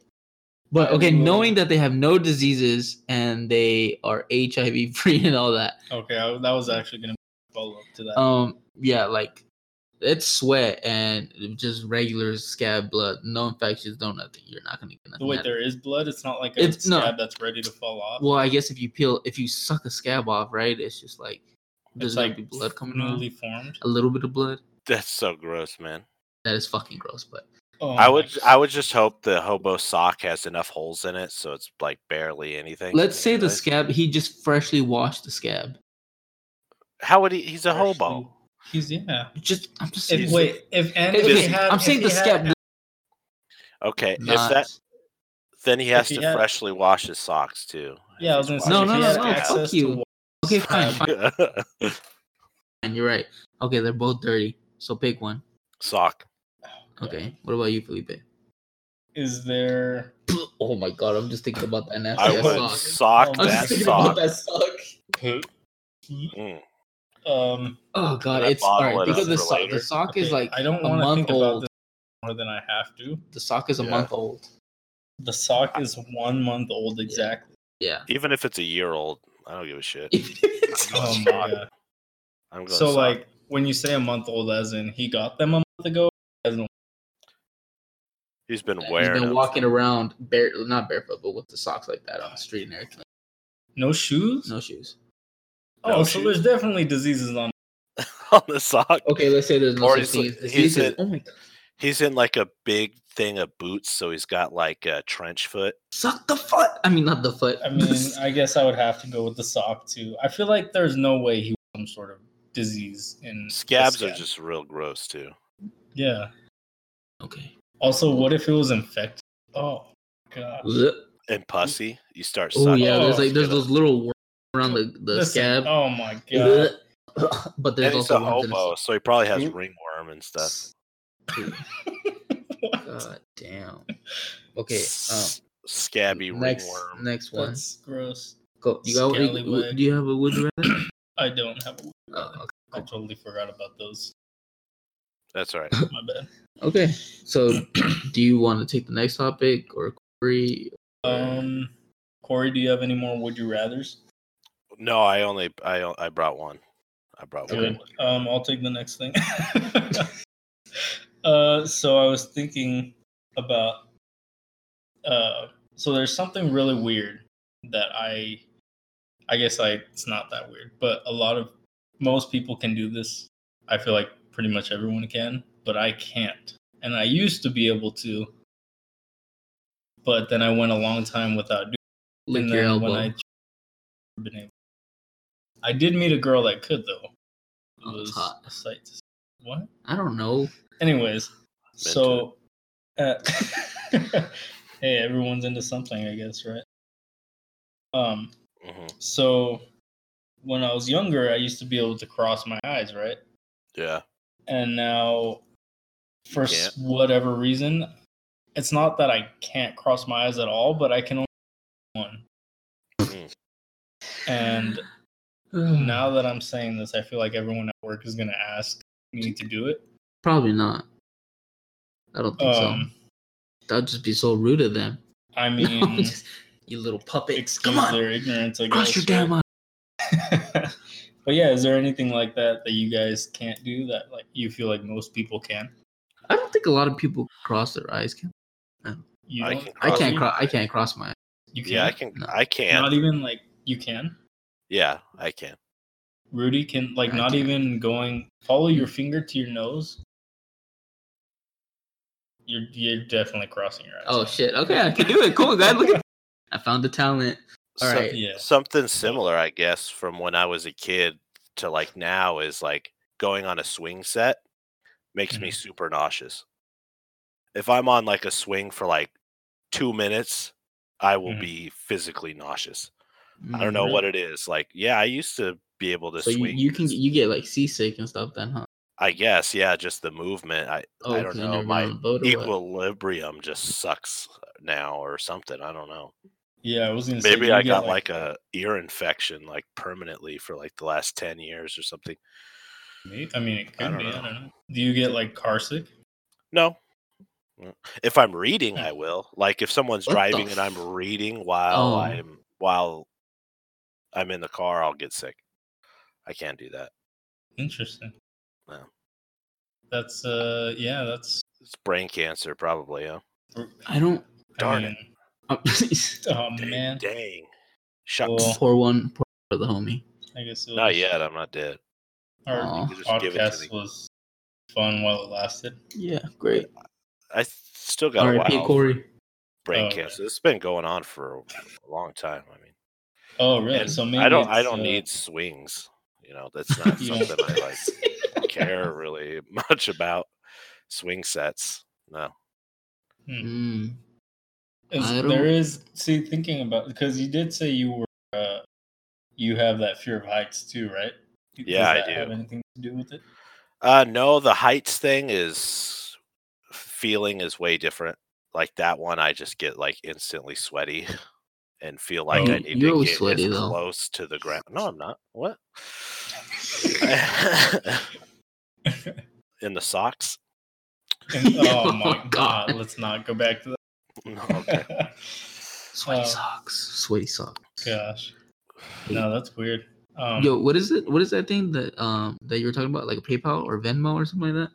But okay, Ooh. knowing that they have no diseases and they are HIV free and all that, Okay, I, that was actually gonna follow up to that. um, yeah, like it's sweat and just regular scab blood, no infections, no nothing. You're not gonna get nothing. Wait, out of it. there is blood. It's not like a It's- no. scab that's ready to fall off. Well, I guess if you peel, if you suck a scab off, right? It's just like it's there's gonna like be blood coming out, newly formed. a little bit of blood. That's so gross, man. That is fucking gross, but Oh I my would I would just hope the hobo sock has enough holes in it so it's like barely anything. let's say the Right? scab. He just freshly washed the scab. How would he? He's a gosh, hobo. dude. He's yeah. Just I'm just If, saying- wait, if Okay, Anthony okay, had, I'm if saying he the had- scab. Okay, not- if that then he has he to had- freshly wash his socks too. Yeah, I was gonna say No, if no, he no, had no, access fuck to you. wa- okay, fine, fine, no. fine, You're right. Okay, they're both dirty. So pick one. sock. Okay. What about you, Felipe? Is there? Oh my god, I'm just thinking about that nasty I ass would sock. sock Oh, I'm that just thinking sock. about that sock. Mm. Um, Oh god, That it's all bottle right it because up the for sock, later. the sock okay, is like I don't a want to month think about old. this more than I have to. The sock is a Yeah. month old. The sock is one month old exactly. Yeah. Even if it's a year old, I don't give a shit. Oh Yeah. my god! I'm going So sock. like when you say a month old, as in he got them a month ago. as in- he's been He's wearing. been them. walking around bare, not barefoot, but with the socks like that on the street and everything. No shoes. No shoes. oh, No so shoes. there's definitely diseases on. on the sock. Okay, let's say there's no Or such he's thing like- as he's diseases. a- Oh my god. He's in like a big thing of boots, so he's got like a trench foot. Suck the foot. I mean, not the foot. I mean, uh, I guess I would have to go with the sock too. I feel like there's no way he was some sort of disease in the Scabs are Mm, scab. just real gross too. yeah. okay. Also, what if it was infected? Oh god. Blech. Mm. And pussy, you start. Oh sucking yeah, it, there's it's like there's gonna- those little wor- around the the Listen, scab. Oh my god. Blech. but And there's he's also a ones in the- hobo, so he probably has Oop. ringworm and stuff. What? God damn. Okay. Um, S- Scabby next ringworm. next one. That's gross. Go. You got? you- w- Scallywag. Do you have a would you rather? I don't have. A, Oh, I totally forgot about those. That's all right. My bad. okay. Okay, So, do you want to take the next topic or Corey? Um, Corey, do you have any more would you rather's? No, I only I o- I brought one. I brought Good. one. Um, I'll take the next thing. uh, so I was thinking about. Uh, so there's something really weird that I, I guess I it's not that weird, but a lot of most people can do this. I feel like pretty much everyone can, but I can't, and I used to be able to. But then I went a long time without Lick and your then elbow. when I been able- I did meet a girl that could though. It Oh, it's was hot. a sight to see. What? I don't know. Anyways, to so uh, hey, everyone's into something, I guess, right? Um, Mhm. so when I was younger, I used to be able to cross my eyes, right? Yeah. and now for s- can't. whatever reason it's not that i can't cross my eyes at all but i can only one Mm. and now that i'm saying this i feel like everyone at work is going to ask me to do it Probably not. I don't think Um, so. That'd just be so rude of them. I No, mean, just- you little puppet. excuse Come on, their ignorance, I guess. cross your damn eyes. but yeah, is there anything like that that you guys can't do that like you feel like most people can? I don't think a lot of people cross their eyes. Can You I don't- can I Cross can't your- cross. I can't cross my. eyes. You can. Yeah, I can. No. I can. Not even like you can. yeah, I can. Rudy can like I Hmm. not can. even going. Follow your finger to your nose. You're you're definitely crossing your eyes. Oh shit. Okay, I can do it. Cool, guy. Look at. I found the talent. All Some- right. Yeah. Something similar, I guess, from when I was a kid to like now is like going on a swing set makes Mm-hmm. me super nauseous. If I'm on like a swing for like two minutes, I will Mm-hmm. Mhm. be physically nauseous. I don't know what it is. Like, yeah, I used to be able to So you, swing. you can e this- you get like seasick and stuff then, huh? Oh, I guess, yeah, just the movement. I I don't 'cause you know, never been my on a boat or what? equilibrium just sucks now or something. I don't know. Yeah, I was gonna say Maybe you I get, got like a ear infection like permanently for like the last 10 years or something. may- I mean, it could I don't be. know. I don't know. Do you get like car sick? No. Mm. If I'm reading, I will. Like if someone's What the driving and I'm f- reading while Oh. I'm while I'm in the car, I'll get sick. I can't do that. Interesting. No. That's uh, yeah, that's It's brain cancer probably, huh? I don't. Darn I it. mean, oh, Oh Dang, man, dang. Shucks. Well, pour one pour for the homie. I guess it was, Not yet. I'm not dead. Our Aw. You Oh. could just give it to me. podcast was fun while it lasted. Yeah, great. I th- still got All a right, while. hey for Corey. Brain Oh, okay. cancer. It's been going on for a long time. I mean, Oh, really? and so maybe I don't. it's, I don't uh, need swings. You know, that's not You something don't- I like. care really much about swing sets. No. Mm. uh, Is- I there don't- is see thinking about because you did say you were uh, you have that fear of heights too, right? Do- does Yeah, I that do. Have anything to do with it? Uh no, the heights thing is feeling is way different. Like that one I just get like instantly sweaty and feel like Oh. I need You're to always get sweaty, as though. close to the ground. No, I'm not. What? In the socks? And- oh Oh, my God. god! Let's not go back to No, okay. that. Sweaty Oh. socks. Uh, Sweaty socks. Gosh, no, that's weird. Um, Yo, what is it? What is that thing that um that you were talking about, like a PayPal or Venmo or something like that?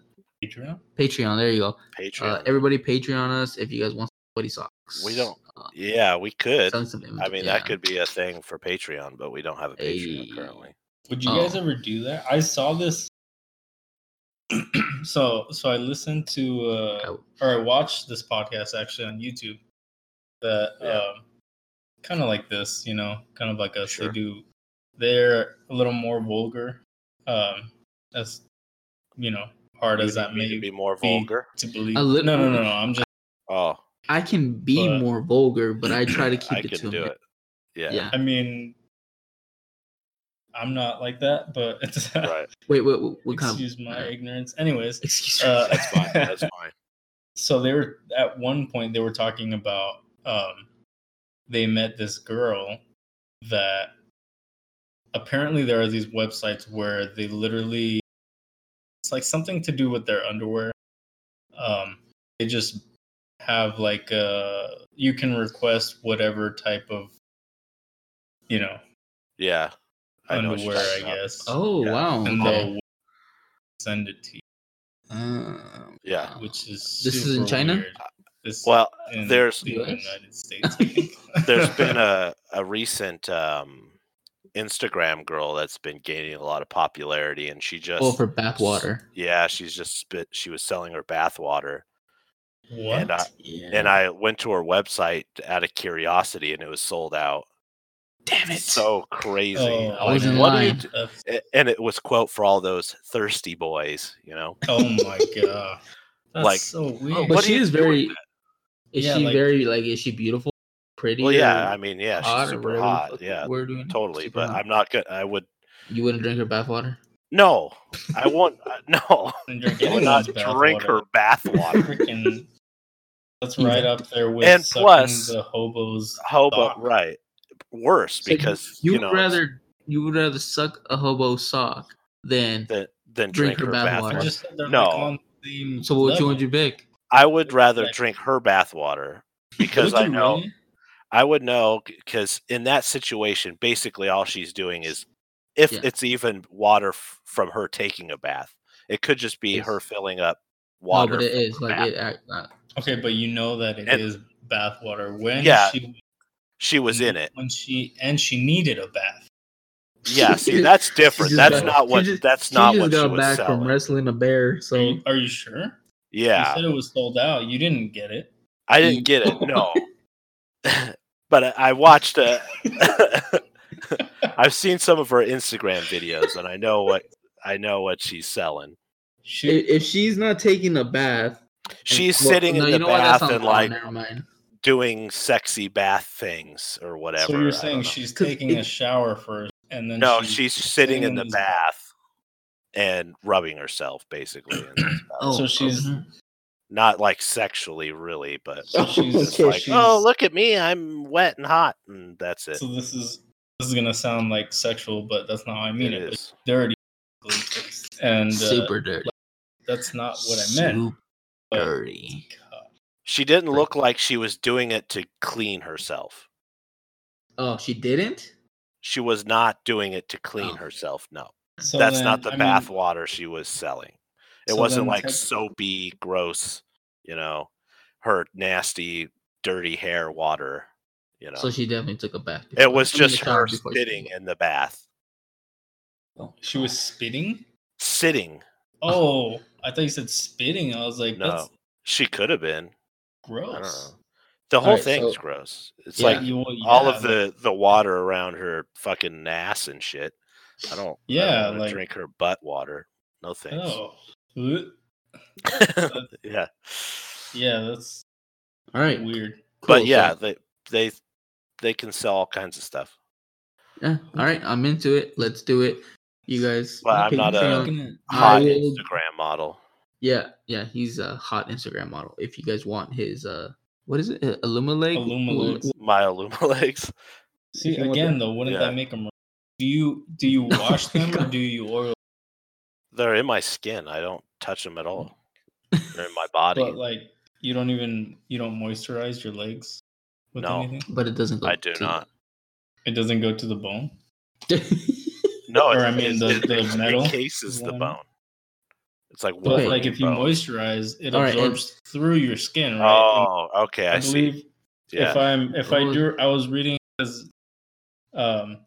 Patreon? Patreon. There you go. Patreon. Uh, everybody, Patreon us if you guys want sweaty socks. We don't- Uh, yeah, we could. send some images, I mean, yeah. that could be a thing for Patreon, but we don't have a Patreon Hey. currently. Would you guys Oh. ever do that? I saw this. so so I listened to uh, Oh. or I watched this podcast actually on YouTube that Yeah. um, kind of like this, you know, kind of like us. Sure. They do they're a little more vulgar. Um, as you know, hard You as that need me may to be be more be- vulgar? to believe. A lit- no, no, no, no. I'm just. Oh, I can be But- more vulgar, but I try to keep I it to can a do min- it. Yeah. Yeah. I mean, I'm not like that, but it's, Right. Wait, what? What, what kind of? excuse my ignorance. Anyways, Excuse uh, That's fine. That's fine. so they were at one point they were talking about um they met this girl that apparently there are these websites where they literally it's like something to do with their underwear um they just have like uh you can request whatever type of you know Yeah. I know what you're underwear i talking about. guess Oh Yeah. wow. and Okay. they'll send it to you Um, Yeah. which is This is in super China? weird. This- Well, in there's- the US? United States. I think. there's been a, a recent um, Instagram girl that's been gaining a lot of popularity, and she just Oh, for bathwater. yeah, she's just spit. She was selling her bathwater, what? and I Yeah. and I went to her website out of curiosity, and it was sold out. damn it. So crazy! Oh, I was Like, in what do you line. d- That's- a- and it was quote for all those thirsty boys, you know. oh my god, that's Like, so oh, weird. but what she are you is doing very. with Is Yeah, she like- very like? Is she beautiful? Pretty? Well, yeah, I or mean, yeah, hot she's or super whatever the hot, fuck yeah, word we- totally. super But hot. I'm not good. I would You wouldn't drink her bathwater. no, I won't. I- No, And you're I would getting not this bath drink water. her bath water. Freaking, that's Mm-hmm. right up there with And sucking plus- the hobos. hobo Sock. right worse So you- because you you, would know rather you would rather suck a hobo sock than than, than drink drink her her bath bath water. I water. just said they're No. like on same So what level. would you pick? I would rather Like- drink her bathwater because Would I you know really? I would know because in that situation, basically all she's doing is, if Yeah. it's even water f- from her taking a bath, it could just be Yes. her filling up No, water. but it from is her like bath. it. act- uh, Okay, but you know that it And- is bathwater when Yeah, she She was in it. when she and she needed a bath. Yeah, see, that's different. just That's got- not she what. just- That's She not just what she got was back selling. from wrestling a bear, Are so you, are you sure? You yeah, said it was sold out. You didn't get it. I didn't get it. No, but I- I watched. Uh, I've seen some of her Instagram videos, and I know what I know what she's selling. i- She, if, she's not taking a bath, and- She's well, sitting no, in you the know what? That bath sounds and wrong, like never mind. doing sexy bath things or whatever. so I you're don't saying know. she's 'Cause taking a it- shower first, and then no, she- she's sitting in the is- bath and rubbing herself basically. and that's about Oh, it. so she's not like sexually really, but so she's, it's Okay, like, she's oh look at me, I'm wet and hot, and that's it. So this is this is gonna sound like sexual, but that's not how I mean It it. It's is. dirty, and uh, super dirty. that's not what I meant. but- Super dirty. She didn't Right. look like she was doing it to clean herself. Oh, she didn't. She was not doing it to clean Oh. herself. No, So that's then, not the I mean, bath water she was selling. It so wasn't then like tech- soapy, gross, you know, her nasty, dirty hair water, you know. So she definitely took a bath. before- it was I mean, a just shower her before she- sitting in the bath. She was spitting. Sitting. Oh, I thought you said spitting. I was like, No. that's She could have been. I don't gross. know. The whole Alright, thing's so- gross. It's Yeah. like you, well, all of yeah, the the water around her fucking ass and shit. I don't. I don't Yeah, wanna like- drink her butt water. No thanks. Oh, Ugh. yeah. yeah, that's All right, weird. cool, But so- yeah, they they they can sell all kinds of stuff. yeah, All right, I'm into it. Let's do it. You guys. Well, you I'm pick not your a- own- I Hot will- Instagram model. Yeah, yeah, he's a hot Instagram model. If you guys want his, uh, what is it? Illuminate. Illumilex. My Aluma legs. See you want again though, wouldn't Yeah. that make them? Do you do you wash my them or God. do you oil? They're in my skin. I don't touch them at all. They're in my body. But like, you don't even you don't moisturize your legs with No. anything. But it doesn't. Go I do to- not. It doesn't go to the bone. No, it- Or, I mean, it- the- it- the it metal encases the one. bone. It's like But Okay. like, if you bone. moisturize, it All right, and- absorbs through your skin, right? Oh, okay, And I, I see. believe Yeah, if I'm if I Oh. do I was reading as um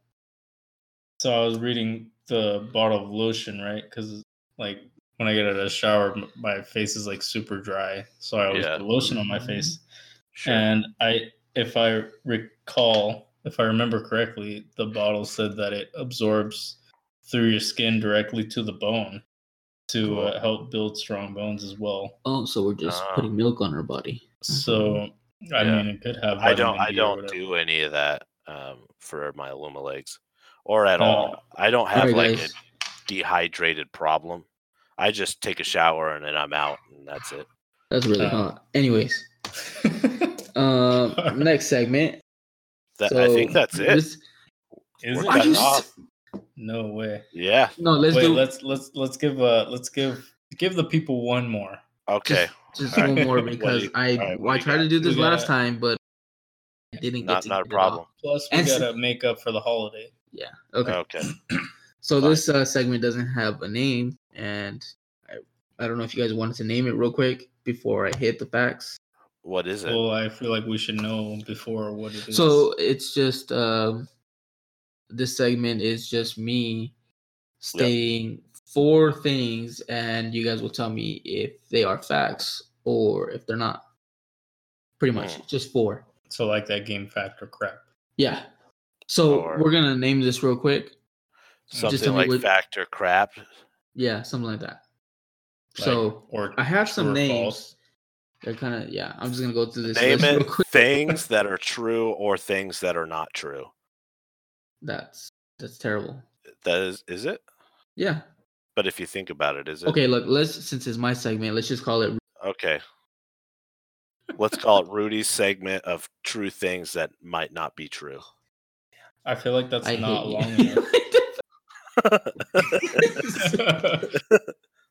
so I was reading the bottle of lotion right because like when I get out of the shower m- my face is like super dry so I always Yeah. put lotion on my Mm-hmm. face sure. and I if I recall if I remember correctly the bottle said that it absorbs through your skin directly to the bone to uh, Cool. help build strong bones as well oh, so we're just Ah. putting milk on her body. so I Yeah. mean it could have I don't. vitamin I D or don't whatever. do any of that um, for my Luma legs, or at Uh, all. I don't have Alright, like guys. a dehydrated problem. I just take a shower and then I'm out, and that's it. That's really Uh. hot. Anyways, um, next segment. That, I think So, that's it. this- Is We're it? Are cutting you s- off. No way. Yeah. no, let's Wait, do let's let's let's give uh let's give give the people one more. Okay. just alright. one more What do because you- I alright, what I do you tried got? to do this We last got- time, but I didn't get Not to not a get it off. problem. Plus we And s- gotta make up for the holiday. Yeah. Okay. Okay. So Fine. this uh, segment doesn't have a name, and I, I don't know if you guys wanted to name it real quick before I hit the facts. What is it? Well, I feel like we should know before what it is. So it's just um, this segment is just me stating four things, and you guys will tell me if they are facts or if they're not. Pretty much, Hmm. Mm. just four. so like that game factor crap. Yeah. So Or- we're gonna name this real quick. tell Something me like what- factor crap. Yeah, something like that. Like, so or I have some true or names. false. They're kind of yeah. I'm just gonna go through this Name list it real quick. things that are true or things that are not true. That's that's terrible. That is is it? Yeah. But if you think about it, is it Okay. Look, let's since it's my segment, let's just call it. Okay. Let's call it Rudy's segment of true things that might not be true. I feel like that's I not long hate you. enough.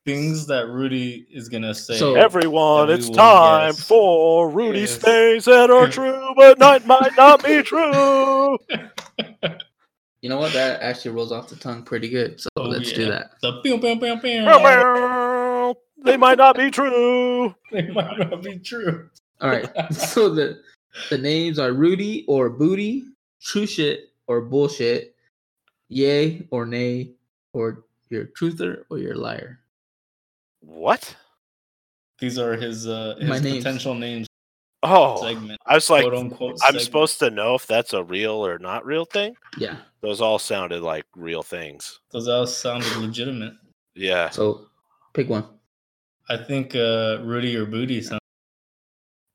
things that Rudy is gonna say. So- Everyone, Everyone, it's time yes. for Rudy's Yes. things that are true, but not, might not be true. You know what? That actually rolls off the tongue pretty good. So Oh, let's yeah. do that. the pew, pew, pew, pew. they might not be true. They might not be true. All right. so the the names are Rudy or Booty, True Shit or Bullshit, Yay or Nay, or You're a Truther or You're a Liar. What? These are his uh his My names. potential names Oh, segment. I was like, quote unquote I'm segment. supposed to know if that's a real or not real thing. Yeah. Those all sounded like real things. those all sounded legitimate. Yeah. So pick one. I think uh Rudy or Booty sounds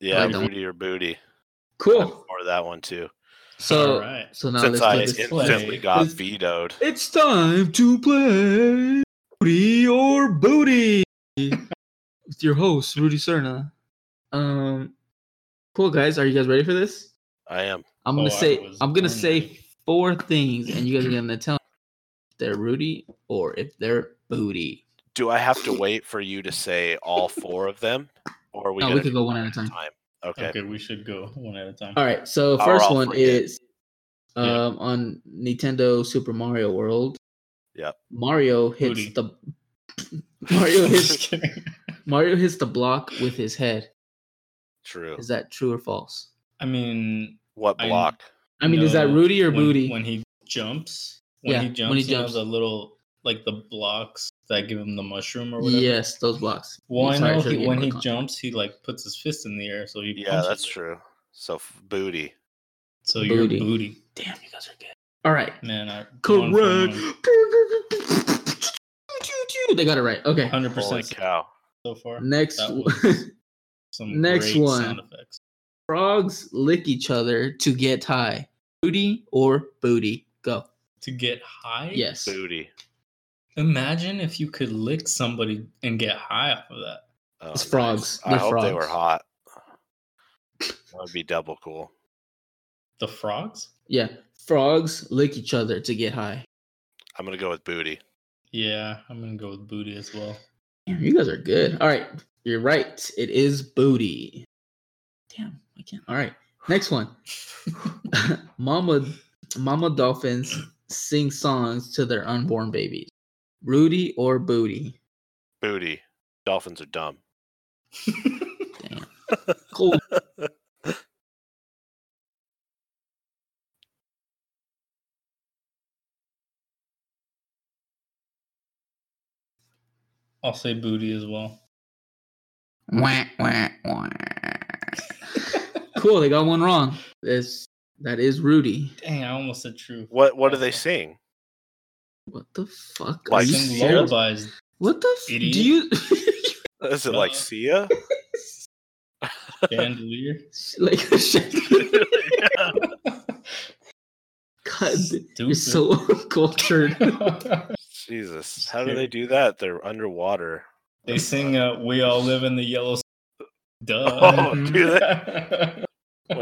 Yeah. I don't- Rudy or booty. I'm Cool. for that one too. So alright. so now Since I let's do this play. instantly got Let's- vetoed. It's time to play Booty or Booty with your host Rudy Serna. Um, cool guys, are you guys ready for this? I am. I'm gonna Oh, I say was I'm gonna born say ready. four things, and you guys are gonna tell me if they're Rudy or if they're Booty. Do I have to wait for you to say all four of them, or are we? No, we gonna could do go one at a time. Okay. Okay, we should go one at a time. All right, so Or first I'll one forget. is um, Yeah. on Nintendo Super Mario World. Yep. Mario hits Booty. the Mario hits Just kidding. Mario hits the block with his head. True. Is that true or false? I mean What I'm- block? I mean, is that No, Rudy or when, Booty? when he jumps. When Yeah, he when jumps, he you know, jumps. the little like the blocks that give him the mushroom or whatever. yes, those blocks. Well, I Sorry, know should've he, gave when more he context. jumps, he like puts his fist in the air, so he Yeah, punches that's it. true. So f- booty. So Booty. you're booty, Damn, you guys are good. All right, man. I, correct. They got it right. Okay. Hundred Holy percent cow. so far. Next, That w- was some Next great one. sound effects. frogs lick each other to get high. Booty or booty? Go. To get high, Yes. Booty. Imagine if you could lick somebody and get high off of that. Oh, It's frogs. I They're hope they were frogs. hot. That would be double cool. The frogs? Yeah. Frogs lick each other to get high. I'm gonna go with booty. Yeah, I'm gonna go with booty as well. Damn, you guys are good. All right. You're right. It is booty. Damn, I can't. All right. Next one. mama mama dolphins sing songs to their unborn babies. Rudy or booty? Booty. Dolphins are dumb. Cool. I'll say booty as well. wah, wah, wah. Cool. They got one wrong. This that is Rudy. Dang, I almost said true. What What do Uh, they sing? What the fuck? Like, are you Sing serious? lullabies. What the f- Idiot. do you Is it like Uh. Sia? Bandolier. like? shit. God, you're Stupid. so uncultured. Jesus, how do they do that? They're underwater. they sing uh, "We all live in the yellow." s-" Duh. Uh, Oh, do they? What a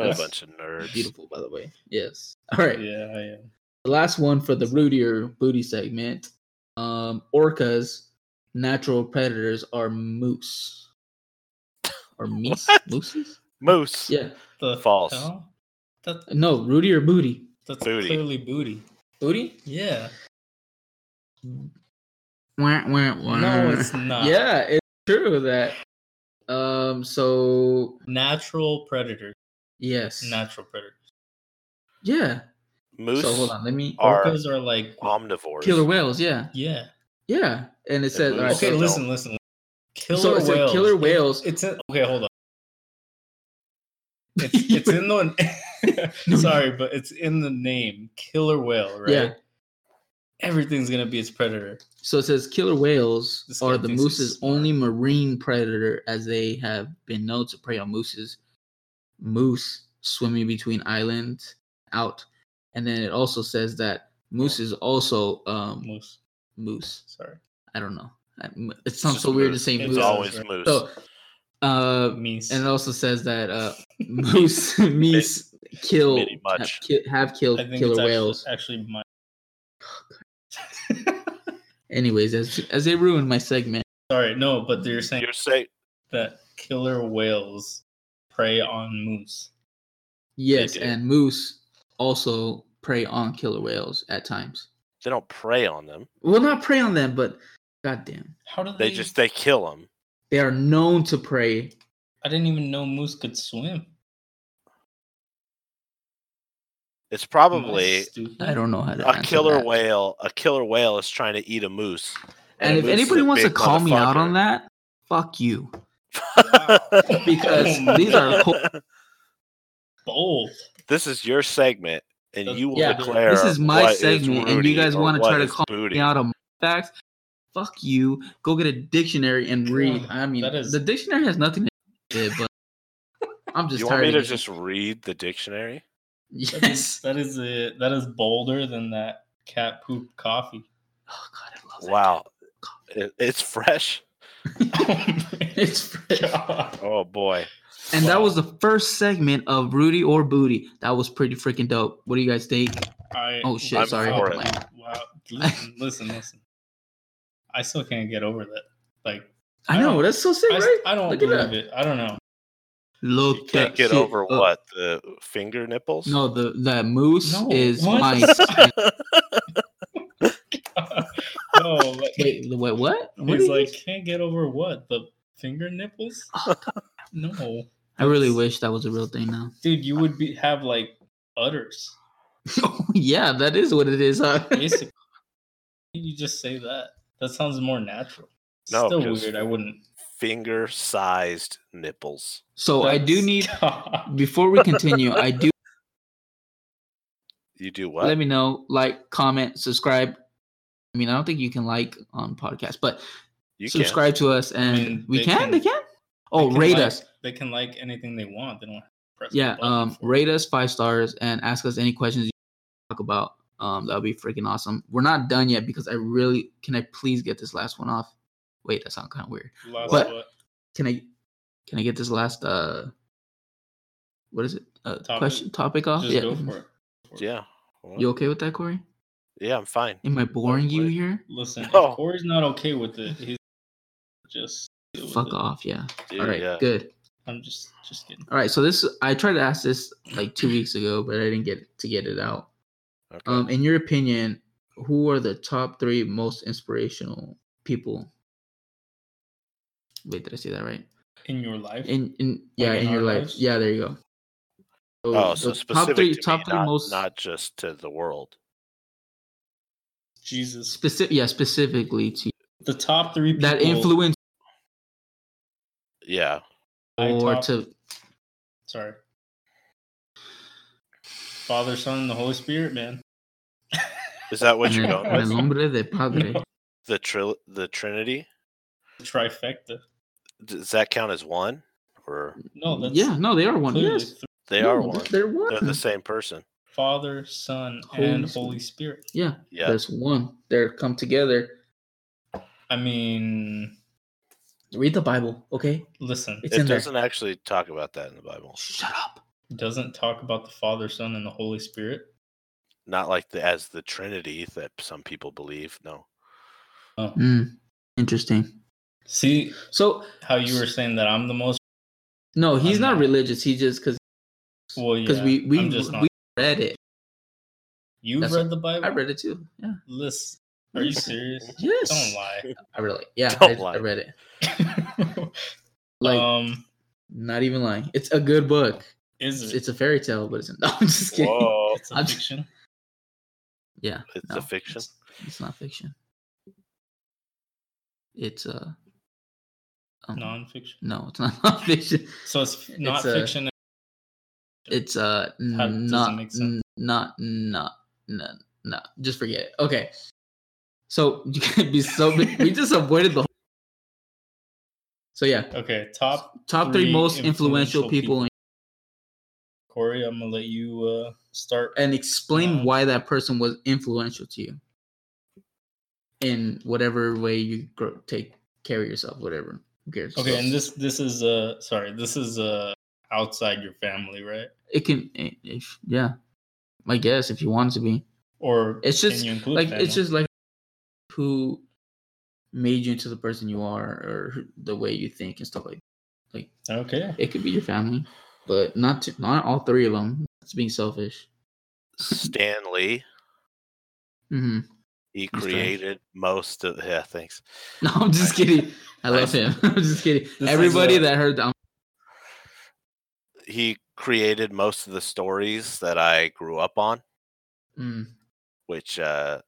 yeah, bunch of nerds. Beautiful, by the way. Yes. All right. yeah. The last one for the Rudier booty segment. Um, orcas, natural predators are moose. Or meese? What? Mooses? Moose. Yeah. Oh. The False. hell? That, No, Rudy or booty. that's Booty. clearly booty. Booty? Yeah. Wah, wah, wah. No, it's not. Yeah, it's true that. Um. So Natural predators. yes. Natural predators. yeah. Moose So hold on. Let me. oh, are Orcas are like omnivores. Killer whales. Yeah. yeah. Yeah. And it The says. moose. all right, Okay, so- don't- listen, listen. Killer so it said whales. killer It- whales. it's in, okay. Hold on. It's, it's in the sorry, but it's in the name. Killer whale, right? Yeah. Everything's gonna be its predator. So it says killer whales This guy are the thinks he's moose's smart. only marine predator, as they have been known to prey on mooses. Moose swimming between islands out, and then it also says that moose is also um, Moose. moose. Sorry. I don't know. I- m- It It's sounds just so weird to moose. say It's moose. It's always right? moose. So, uh, Meese. and it also says that uh, moose meese kill Mini have, much. ki- have killed I think killer it's whales. Actually, actually my. Anyways, as as they ruined my segment, Sorry, no, but you're saying You're saying that killer whales prey on moose. Yes, do. and moose also prey on killer whales at times. they don't prey on them; Well, not prey on them, but goddamn, How do they just they kill them. they are known to prey. I didn't even know moose could swim. It's Am I probably stupid? I don't know how to. a answer killer that. whale. A killer whale is trying to eat a moose. And a if moose is anybody a wants to big call me out on motherfucker. that, fuck you. Wow. Because Oh, these are cool- bold. this is your segment, and you will Yeah, declare this is my what is segment, and you Rudy guys or wanna what try to is call booty. me out of facts. Fuck you. Go get a dictionary and read. God, I mean, that is- the dictionary has nothing to do with it, but I'm just You want tired me to of just read the dictionary? getting- That is yes. that is a, that is bolder than that cat poop coffee. Oh god, I love that. Wow, It- it's fresh. It's fresh. God. Oh boy, And that was the first segment of Rudy or Booty. That was pretty freaking dope. What do you guys think? I, Oh, shit, I'm sorry. for it. Wow. Listen, listen, listen. I still can't get over that. Like I I know don't- that's so sick, I, right? I don't Look at believe that. it. I don't know. you Look, can't that get shit over up. what the finger nipples. uh No, the the moose No, is what? my. no, like, wait, wait, what? What he's did he like can't get over what the finger nipples. Oh, no, I really wish that was a real thing now. dude, you would be have like udders. Oh, yeah, that is what it is. Huh? Basically, you just say that. That sounds more natural. No, Still 'cause- weird. I wouldn't. Finger-sized nipples. So Oh, I do That's- need before we continue, I do You do what? let me know, like, comment, subscribe. I mean, I don't think you can like on podcast, but you can. subscribe to us and mean, we they can, can- they can. Oh, They can rate like- us. They can like anything they want. They don't have to press. the Yeah, button um, for it. rate us five stars and ask us any questions you talk about. Um, that would be freaking awesome. We're not done yet because I really can I please get this last one off. Wait, that sounds kind of weird. Last but- what? Can I can I get this last uh what is it? Uh, Topic? question topic off? just oh, yeah. go for it. Yeah. Well, You okay with that, Corey? yeah, I'm fine. Am I boring you wait. here? Listen, No. if Corey's not okay with it, he's just deal with Fuck it. off, yeah. Dude, All right, yeah. good. I'm just just kidding. All right, so this I tried to ask this like two weeks ago, but I didn't get to get it out. Okay. Um, in your opinion, who are the top three most inspirational people? Wait, did I say that right? In your life, In in yeah, in in your our life. lives? Yeah, there you go. oh, so the specific top three, to me, top three not, most not just to the world. Jesus, specific. Yeah, specifically to the top three people that influence Yeah. I or top- to Sorry, Father, Son, and the Holy Spirit, man. Is that what en you're el, going en el with? nombre de padre. No. The tril- the Trinity? Trifecta. Does that count as one? Or No, that's yeah, no, they are one. clearly Yes, th- they Mm, No, are th- one. They're one. They're the same person. Father, Son, Holy and Spirit. Holy Spirit. yeah, Yeah. there's one. They're come together. I mean, Read the Bible, okay? listen, It's It in there. doesn't actually talk about that in the Bible. Shut up. it doesn't talk about the Father, Son, and the Holy Spirit. Not like the, as the Trinity that some people believe. No. Oh. Mm, interesting. See So how you were saying that I'm the most. no, he's I'm not not. religious. He just because Well, yeah, because we we I'm just not. we read it. You've That's read the Bible? I read it too. Yeah. Listen, are you serious? Yes. Don't lie. I really yeah. Don't I, I lie. read it. Like um, not even lying. It's a good book. is It's, it? it's a fairy tale, but it's no. I'm just kidding. Whoa. It's a I'm- fiction. Yeah. It's No, a fiction. It's, it's not fiction. It's uh um, Nonfiction. no, it's not fiction. So it's f- not It's a- fiction. It's uh How does it not make sense? n- not not no no. Just forget it. Okay. So you can be so we just avoided the. whole So yeah, Okay, top top three, Three most influential, influential people, people. Corey. I'm gonna let you uh, start. and explain Um, why that person was influential to you. In whatever way you grow, take care of yourself, whatever. Who cares? Okay, So, and this this is uh sorry, this is uh outside your family, right? it can i- if yeah, I guess if you want it to be. Or It's can just you include like family? it's just like who made you into the person you are or the way you think and stuff like like Okay. it could be your family, but not to, not all three of them. It's being selfish. Stan Lee. hmm He Thanks. created most of yeah, thanks. No, I'm just kidding. I love him. I'm just kidding. is, Everybody uh, that heard that, He created most of the stories that I grew up on, mm, which uh,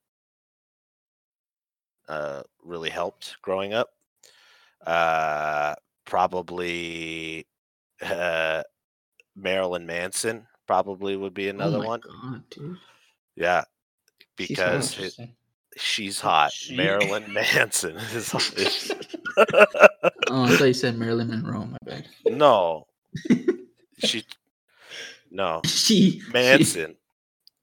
uh, really helped growing up. Uh, probably uh, Marilyn Manson probably would be another oh my one. God, dude. Yeah, She's because hot. it- Interesting. she's hot. She- Marilyn Manson is, is Oh, I thought you said Marilyn Monroe. My bad. no, she no. She she- Manson.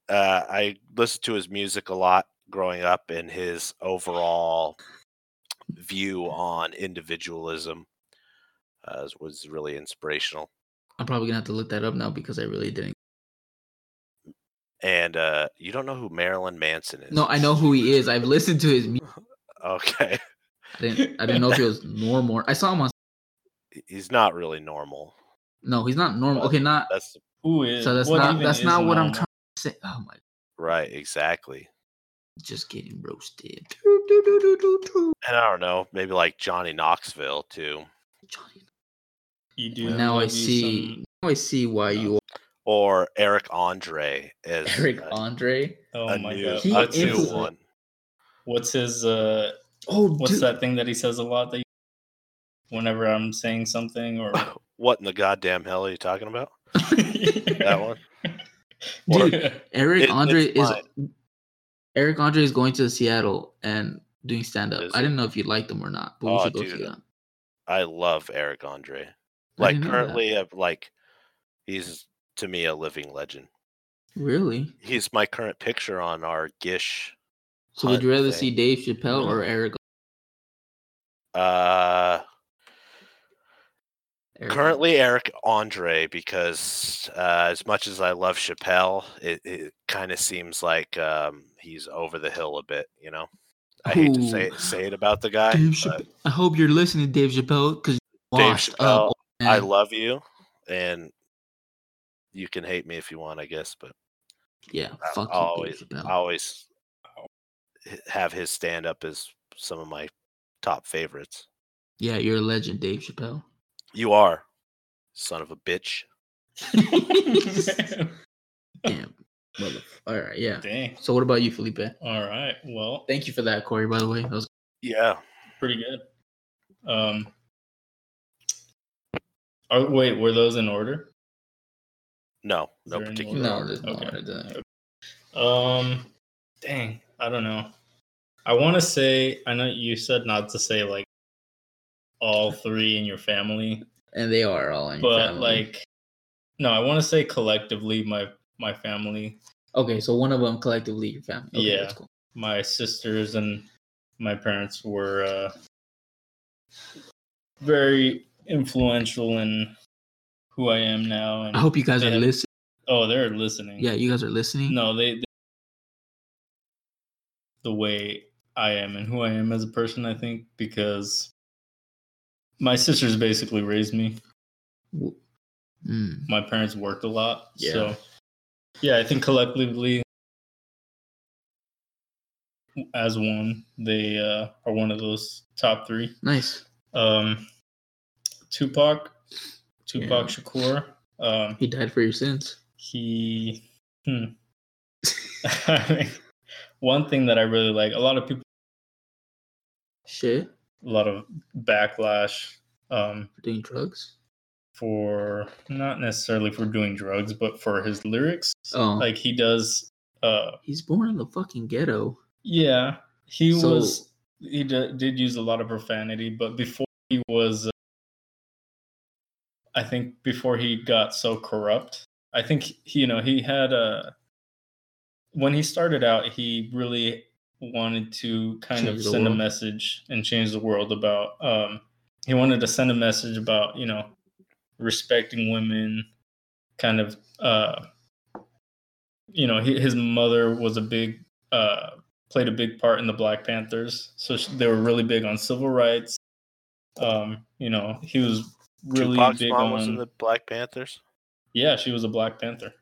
Uh, I listened to his music a lot growing up, and his overall view on individualism uh, was really inspirational. I'm probably gonna have to look that up now because I really didn't. And uh, you don't know who Marilyn Manson is? No, I know who he is. I've listened to his music. Okay, I didn't. I didn't know if he was normal. I saw him on. he's not really normal. No, he's not normal. Okay, not. That's Who is? uh, So that's what not. even That's is not what I'm normal? trying to say. Oh my. right, exactly. Just getting roasted. And I don't know, maybe like Johnny Knoxville too, Johnny. You do have now I maybe see. some- Now I see why you are or Eric Andre as Eric a, Andre. Oh a my new, god! He a What's new is- his, one. what's his uh Oh, what's dude. that thing that he says a lot that you, whenever I'm saying something or What in the goddamn hell are you talking about? That that one. Dude, Eric It- Andre it's is Eric Andre is going to Seattle and doing stand up. Is I he? didn't know if you liked him or not, but we Oh, should go see dude. that. I love Eric Andre. I Like didn't know that. currently, I've, like he's to me a living legend. Really? He's my current picture on our Gish. So would Hunt you rather thing. see Dave Chappelle or Eric? Uh, Eric currently Eric Andre because uh, as much as I love Chappelle, it, it kind of seems like um, he's over the hill a bit. You know, I hate to say Ooh. it, say it about the guy. Dave but Chappelle. I hope you're listening, Dave Chappelle, because Dave washed Chappelle, up. I uh, man. love you, and you can hate me if you want, I guess, but. yeah, I- fuck I you, Dave always I Chappelle. always uh, h- have his stand up as some of my top favorites. Yeah, you're a legend, Dave Chappelle. You are son of a bitch. Damn. mother- All right, yeah. Dang. So what about you, Felipe? All right. Well, Thank you for that, Corey. By the way, that was Yeah. pretty good. Um. Oh wait, were those in order? No, no there any particular. more? no, there's no Okay. order to that. Um, dang, I don't know. I want to say I know you said not to say like all three in your family, and they are all in your but family. like no, I want to say collectively my my family, okay, so one of them collectively your family. Okay, Yeah. that's cool. my sisters and my parents were uh very influential in who I am now and I hope you guys are Yeah. listening. oh, they're listening. Yeah, you guys are listening. No, they, they the way I am and who I am as a person, I think, because my sisters basically raised me. W- Mm. My parents worked a lot. Yeah. So yeah, I think collectively as one, they uh, are one of those top three. Nice. Um Tupac, Tupac Yeah. Shakur. Um He died for your sins. he hmm. I mean, one thing that I really like, a lot of people Shit, a lot of backlash um for doing drugs. for not necessarily for doing drugs, but for his lyrics. Oh, Like he does uh he's born in the fucking ghetto. yeah, he So- was he d- did use a lot of profanity, but before he was uh, I think before he got so corrupt, I think he- you know, he had a when he started out, he really wanted to kind of Change the send a world. message and change the world about um he wanted to send a message about, you know, respecting women, kind of uh you know, hi- his mother was a big uh played a big part in the Black Panthers. So sh- they were really big on civil rights. Um, you know, he was really Tupac's big mom was in on. the Black Panthers. yeah, she was a Black Panther.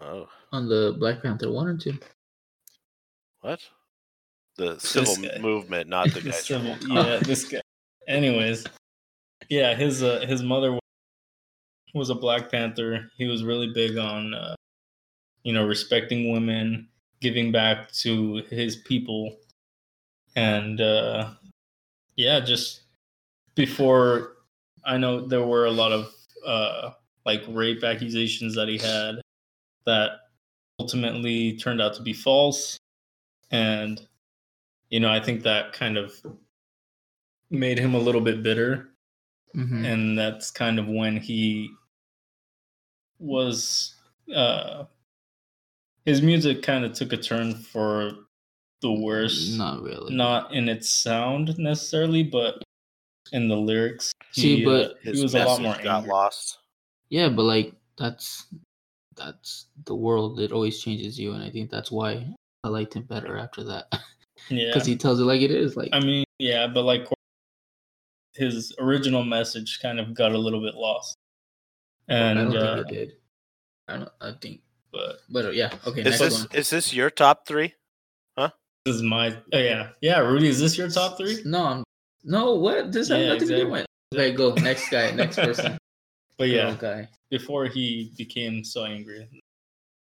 Oh, on the Black Panther one or two. what? The civil guy. movement, not the The guys. civil, yeah, this guy. Anyways, yeah, his uh, his mother wa- was a Black Panther. He was really big on, uh, you know, respecting women, giving back to his people, and uh, yeah, just before I know there were a lot of uh, like rape accusations that he had that ultimately turned out to be false, and you know, I think that kind of made him a little bit bitter. Mhm. And that's kind of when he was, uh, his music kind of took a turn for the worse. Not really. Not in its sound necessarily, but in the lyrics. See, He, but- uh, His he was a lot message more got angry. lost. Yeah, but like that's that's the world. It always changes you, and I think that's why I liked him better after that Yeah. because he tells it like it is. Like I mean, yeah, but like his original message kind of got a little bit lost. I And, don't uh, think it did. I don't. I think. but But uh, yeah. Okay. Next Is this one. is this your top three? This is my oh yeah yeah Rudy. Is this your top three? No. I'm, no. What? This has Yeah, nothing to do exactly. with. Okay. Go. Next guy. Next person. Oh, But yeah, Okay. before he became so angry,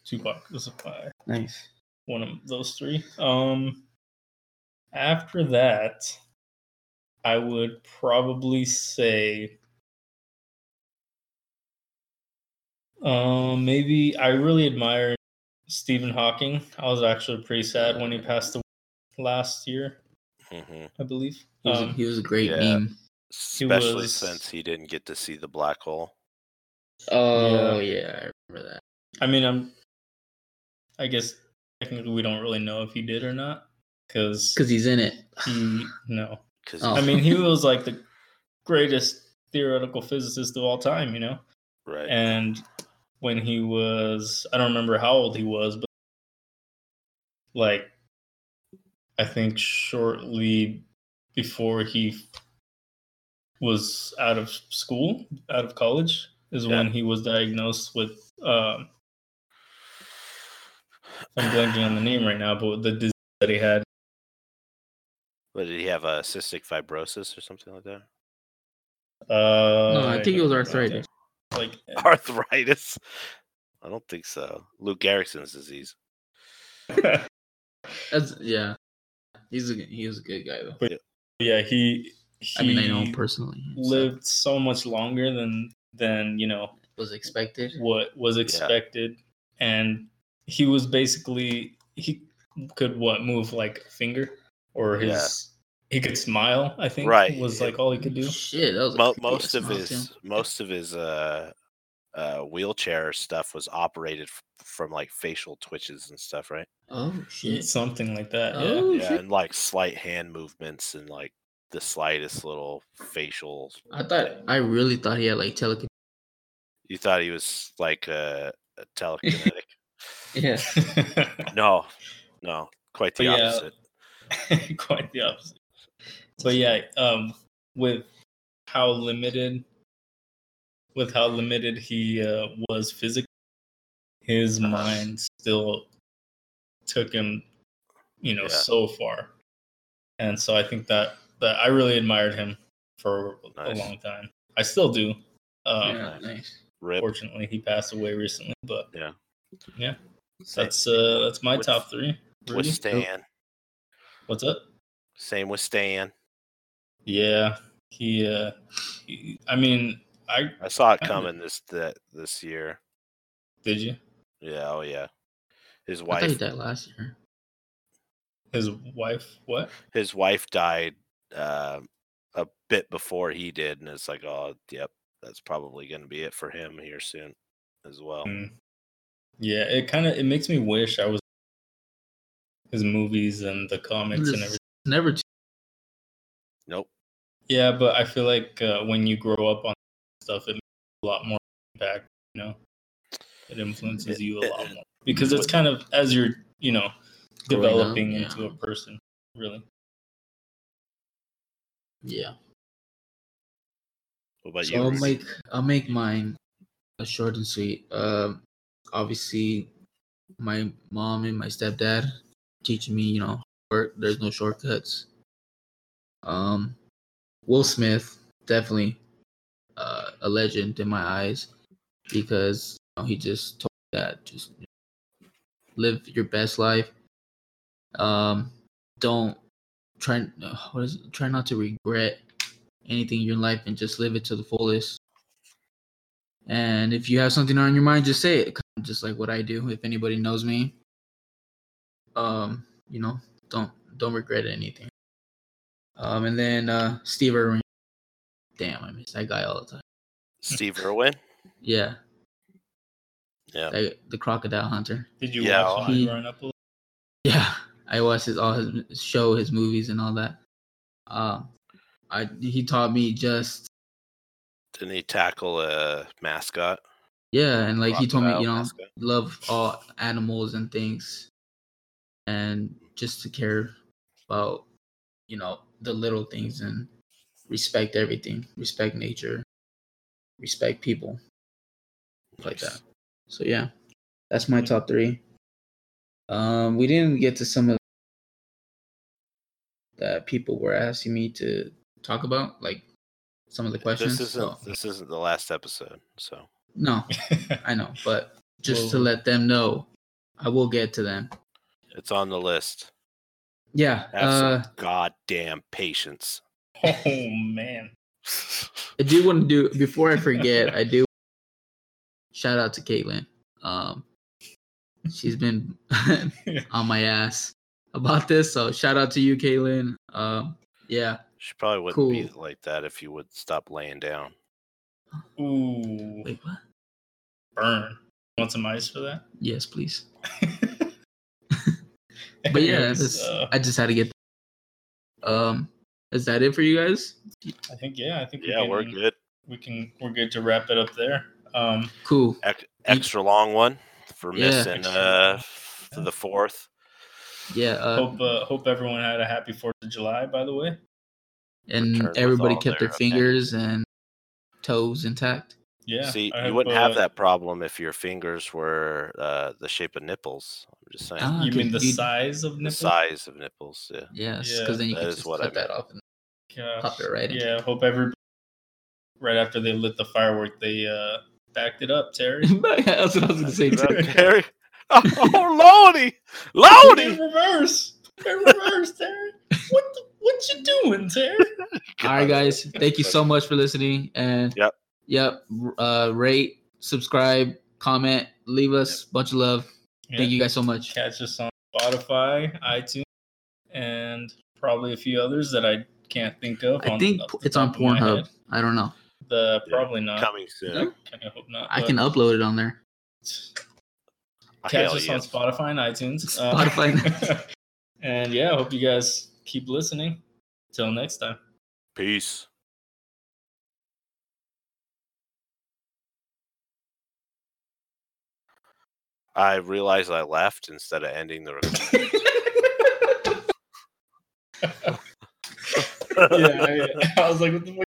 Tupac was my- Nice. one of those three. Um, after that, I would probably say, um, maybe I really admire Stephen Hawking. I was actually pretty sad when he passed away last year, hmm I believe. He was, a, Um, he was a great yeah. meme. Especially was- since he didn't get to see the black hole. Oh yeah. I remember that. I mean, I'm. I guess technically we don't really know if he did or not, because Because he's in it. he no. 'cause Oh. he's- I mean, he was like the greatest theoretical physicist of all time, you know. right. And when he was, I don't remember how old he was, but like, I think shortly before he was out of school, out of college, is Yeah. when he was diagnosed with. Um, I'm blanking on the name right now, but the disease that he had. What, did he have a cystic fibrosis or something like that? Uh, No, I think it was don't know, I arthritis. think- Like, Arthritis? I don't think so. Lou Gehrig's disease. That's yeah. He's a he was a good guy though. yeah, he. he I mean, I know him personally. so lived so much longer than than you know was expected. what was expected, and he was basically he could what move like a finger or Yeah. his he could smile. I think Right, was yeah. like all he could do. Shit, that was a Mo- creepy most of smile, his too. most of his uh, uh, wheelchair stuff was operated f- from like facial twitches and stuff, right? Oh shit! Something like that. Oh yeah, shit! and like slight hand movements and like the slightest little facial. I thought I really thought he had like telekinesis. You thought he was like uh, a telekinetic? Yeah, Oh, Yeah. no, no, quite the But yeah, opposite. quite the opposite. But yeah, um, with how limited, with how limited he uh, was physically, his Uh-huh. mind still took him, you know, Yeah. so far. And so I think that that I really admired him for Nice. a long time. I still do. Um, Oh, yeah, nice. Rip. Fortunately, he passed away recently, but Sa- that's uh that's my With- top three. with Rudy? Stan. What's up? Same with Stan. Yeah, he. uh he, I mean, I I saw it I- coming this that this year. did you Yeah, oh yeah. His I thought he wife died last year. his wife what? his wife died uh, a bit before he did, and it's like, oh, yep, that's probably going to be it for him here soon as well. Mm. Yeah, it kind of it makes me wish I was his movies and the comics and everything. It's never too. Nope. Yeah, but I feel like uh, when you grow up on stuff, it makes a lot more impact. You know, it influences you a lot more because it's kind of as you're you know Growing up, developing yeah. into a person, really. Yeah. What about So you? I'll Rudy? make I'll make mine uh, short and sweet. Um, obviously, my mom and my stepdad teaching me, you know, work. There's no shortcuts. Um, Will Smith definitely uh, a legend in my eyes because you know, he just told me that just you know, live your best life. Um, don't try uh, what is it? try not to regret anything in your life and just live it to the fullest. And if you have something on your mind, just say it. kinda Just like what I do. If anybody knows me, um, you know, don't don't regret anything. Um, and then uh, Steve Irwin. Damn, I miss that guy all the time. Steve Irwin. Yeah, Yeah. that- the crocodile hunter. Did you Yeah, watch I- him growing up? a little? Yeah, I watched his all his his show, his movies, and all that. Um, I he taught me just Didn't he tackle a mascot? Yeah, and like he told me, Crocodile you know, mascot. love all animals and things, and just to care about, you know, the little things and respect everything, respect nature, respect people like Nice. that. So yeah, that's my top three. Um, we didn't get to some of that people were asking me to talk about, like some of the questions. This isn't so- this isn't the last episode, so no, I know, but just to Well- let them know, I will get to them. it's on the list. Yeah, Have uh, some goddamn patience. oh man, I do want to do before I forget. I do shout out to Caitlin. Um, she's been on my ass about this, so shout out to you, Caitlin. Um, yeah, She probably wouldn't be like that if you would stop laying down. ooh, wait, what? burn. Want some ice for that? Yes, please. But yeah, Anyways, that's, uh, I just had to get. Um, is that it for you guys? I think yeah, I think we Yeah, can, we're good. We can we're good to wrap it up there. Um, Cool. Ex- extra long one for Yeah. missing uh f- the fourth. Yeah, uh, hope uh, hope everyone had a happy Fourth of July. By the way, return and with everybody all kept their their fingers and toes intact. yeah. See, I you hope, wouldn't have uh, that problem if your fingers were uh, the shape of nipples. I'm just saying Ah, You mean the Dude, you- size of the nipple? size of nipples. Yeah. Yes, Yeah, because then you that can is just what cut I that off and Gosh. pop it right in. Yeah, hope every right after they lit the firework, they uh, backed it up, Terry. That's what I was gonna say Is too. that Terry? Oh, Lordy! Put it Lordy! in reverse. Put it in reverse, Terry. What the, what you doing, Terry? All right, guys, thank you so much for listening. And Yep. yep, r- uh, rate, subscribe, comment, leave us a bunch of love. Thank you guys so much. Catch us on Spotify, iTunes, and probably a few others that I can't think of. I on- think off p- the it's on top of my Pornhub. head. I don't know. The Yeah. probably not. Coming soon. I kinda hope not. I but can upload it on there. catch Hell us yeah. on Spotify and iTunes. Uh, Spotify and- and yeah, hope you guys keep listening. Till next time. Peace. I realized I left instead of ending the recording. yeah, I, I was like, what the fuck?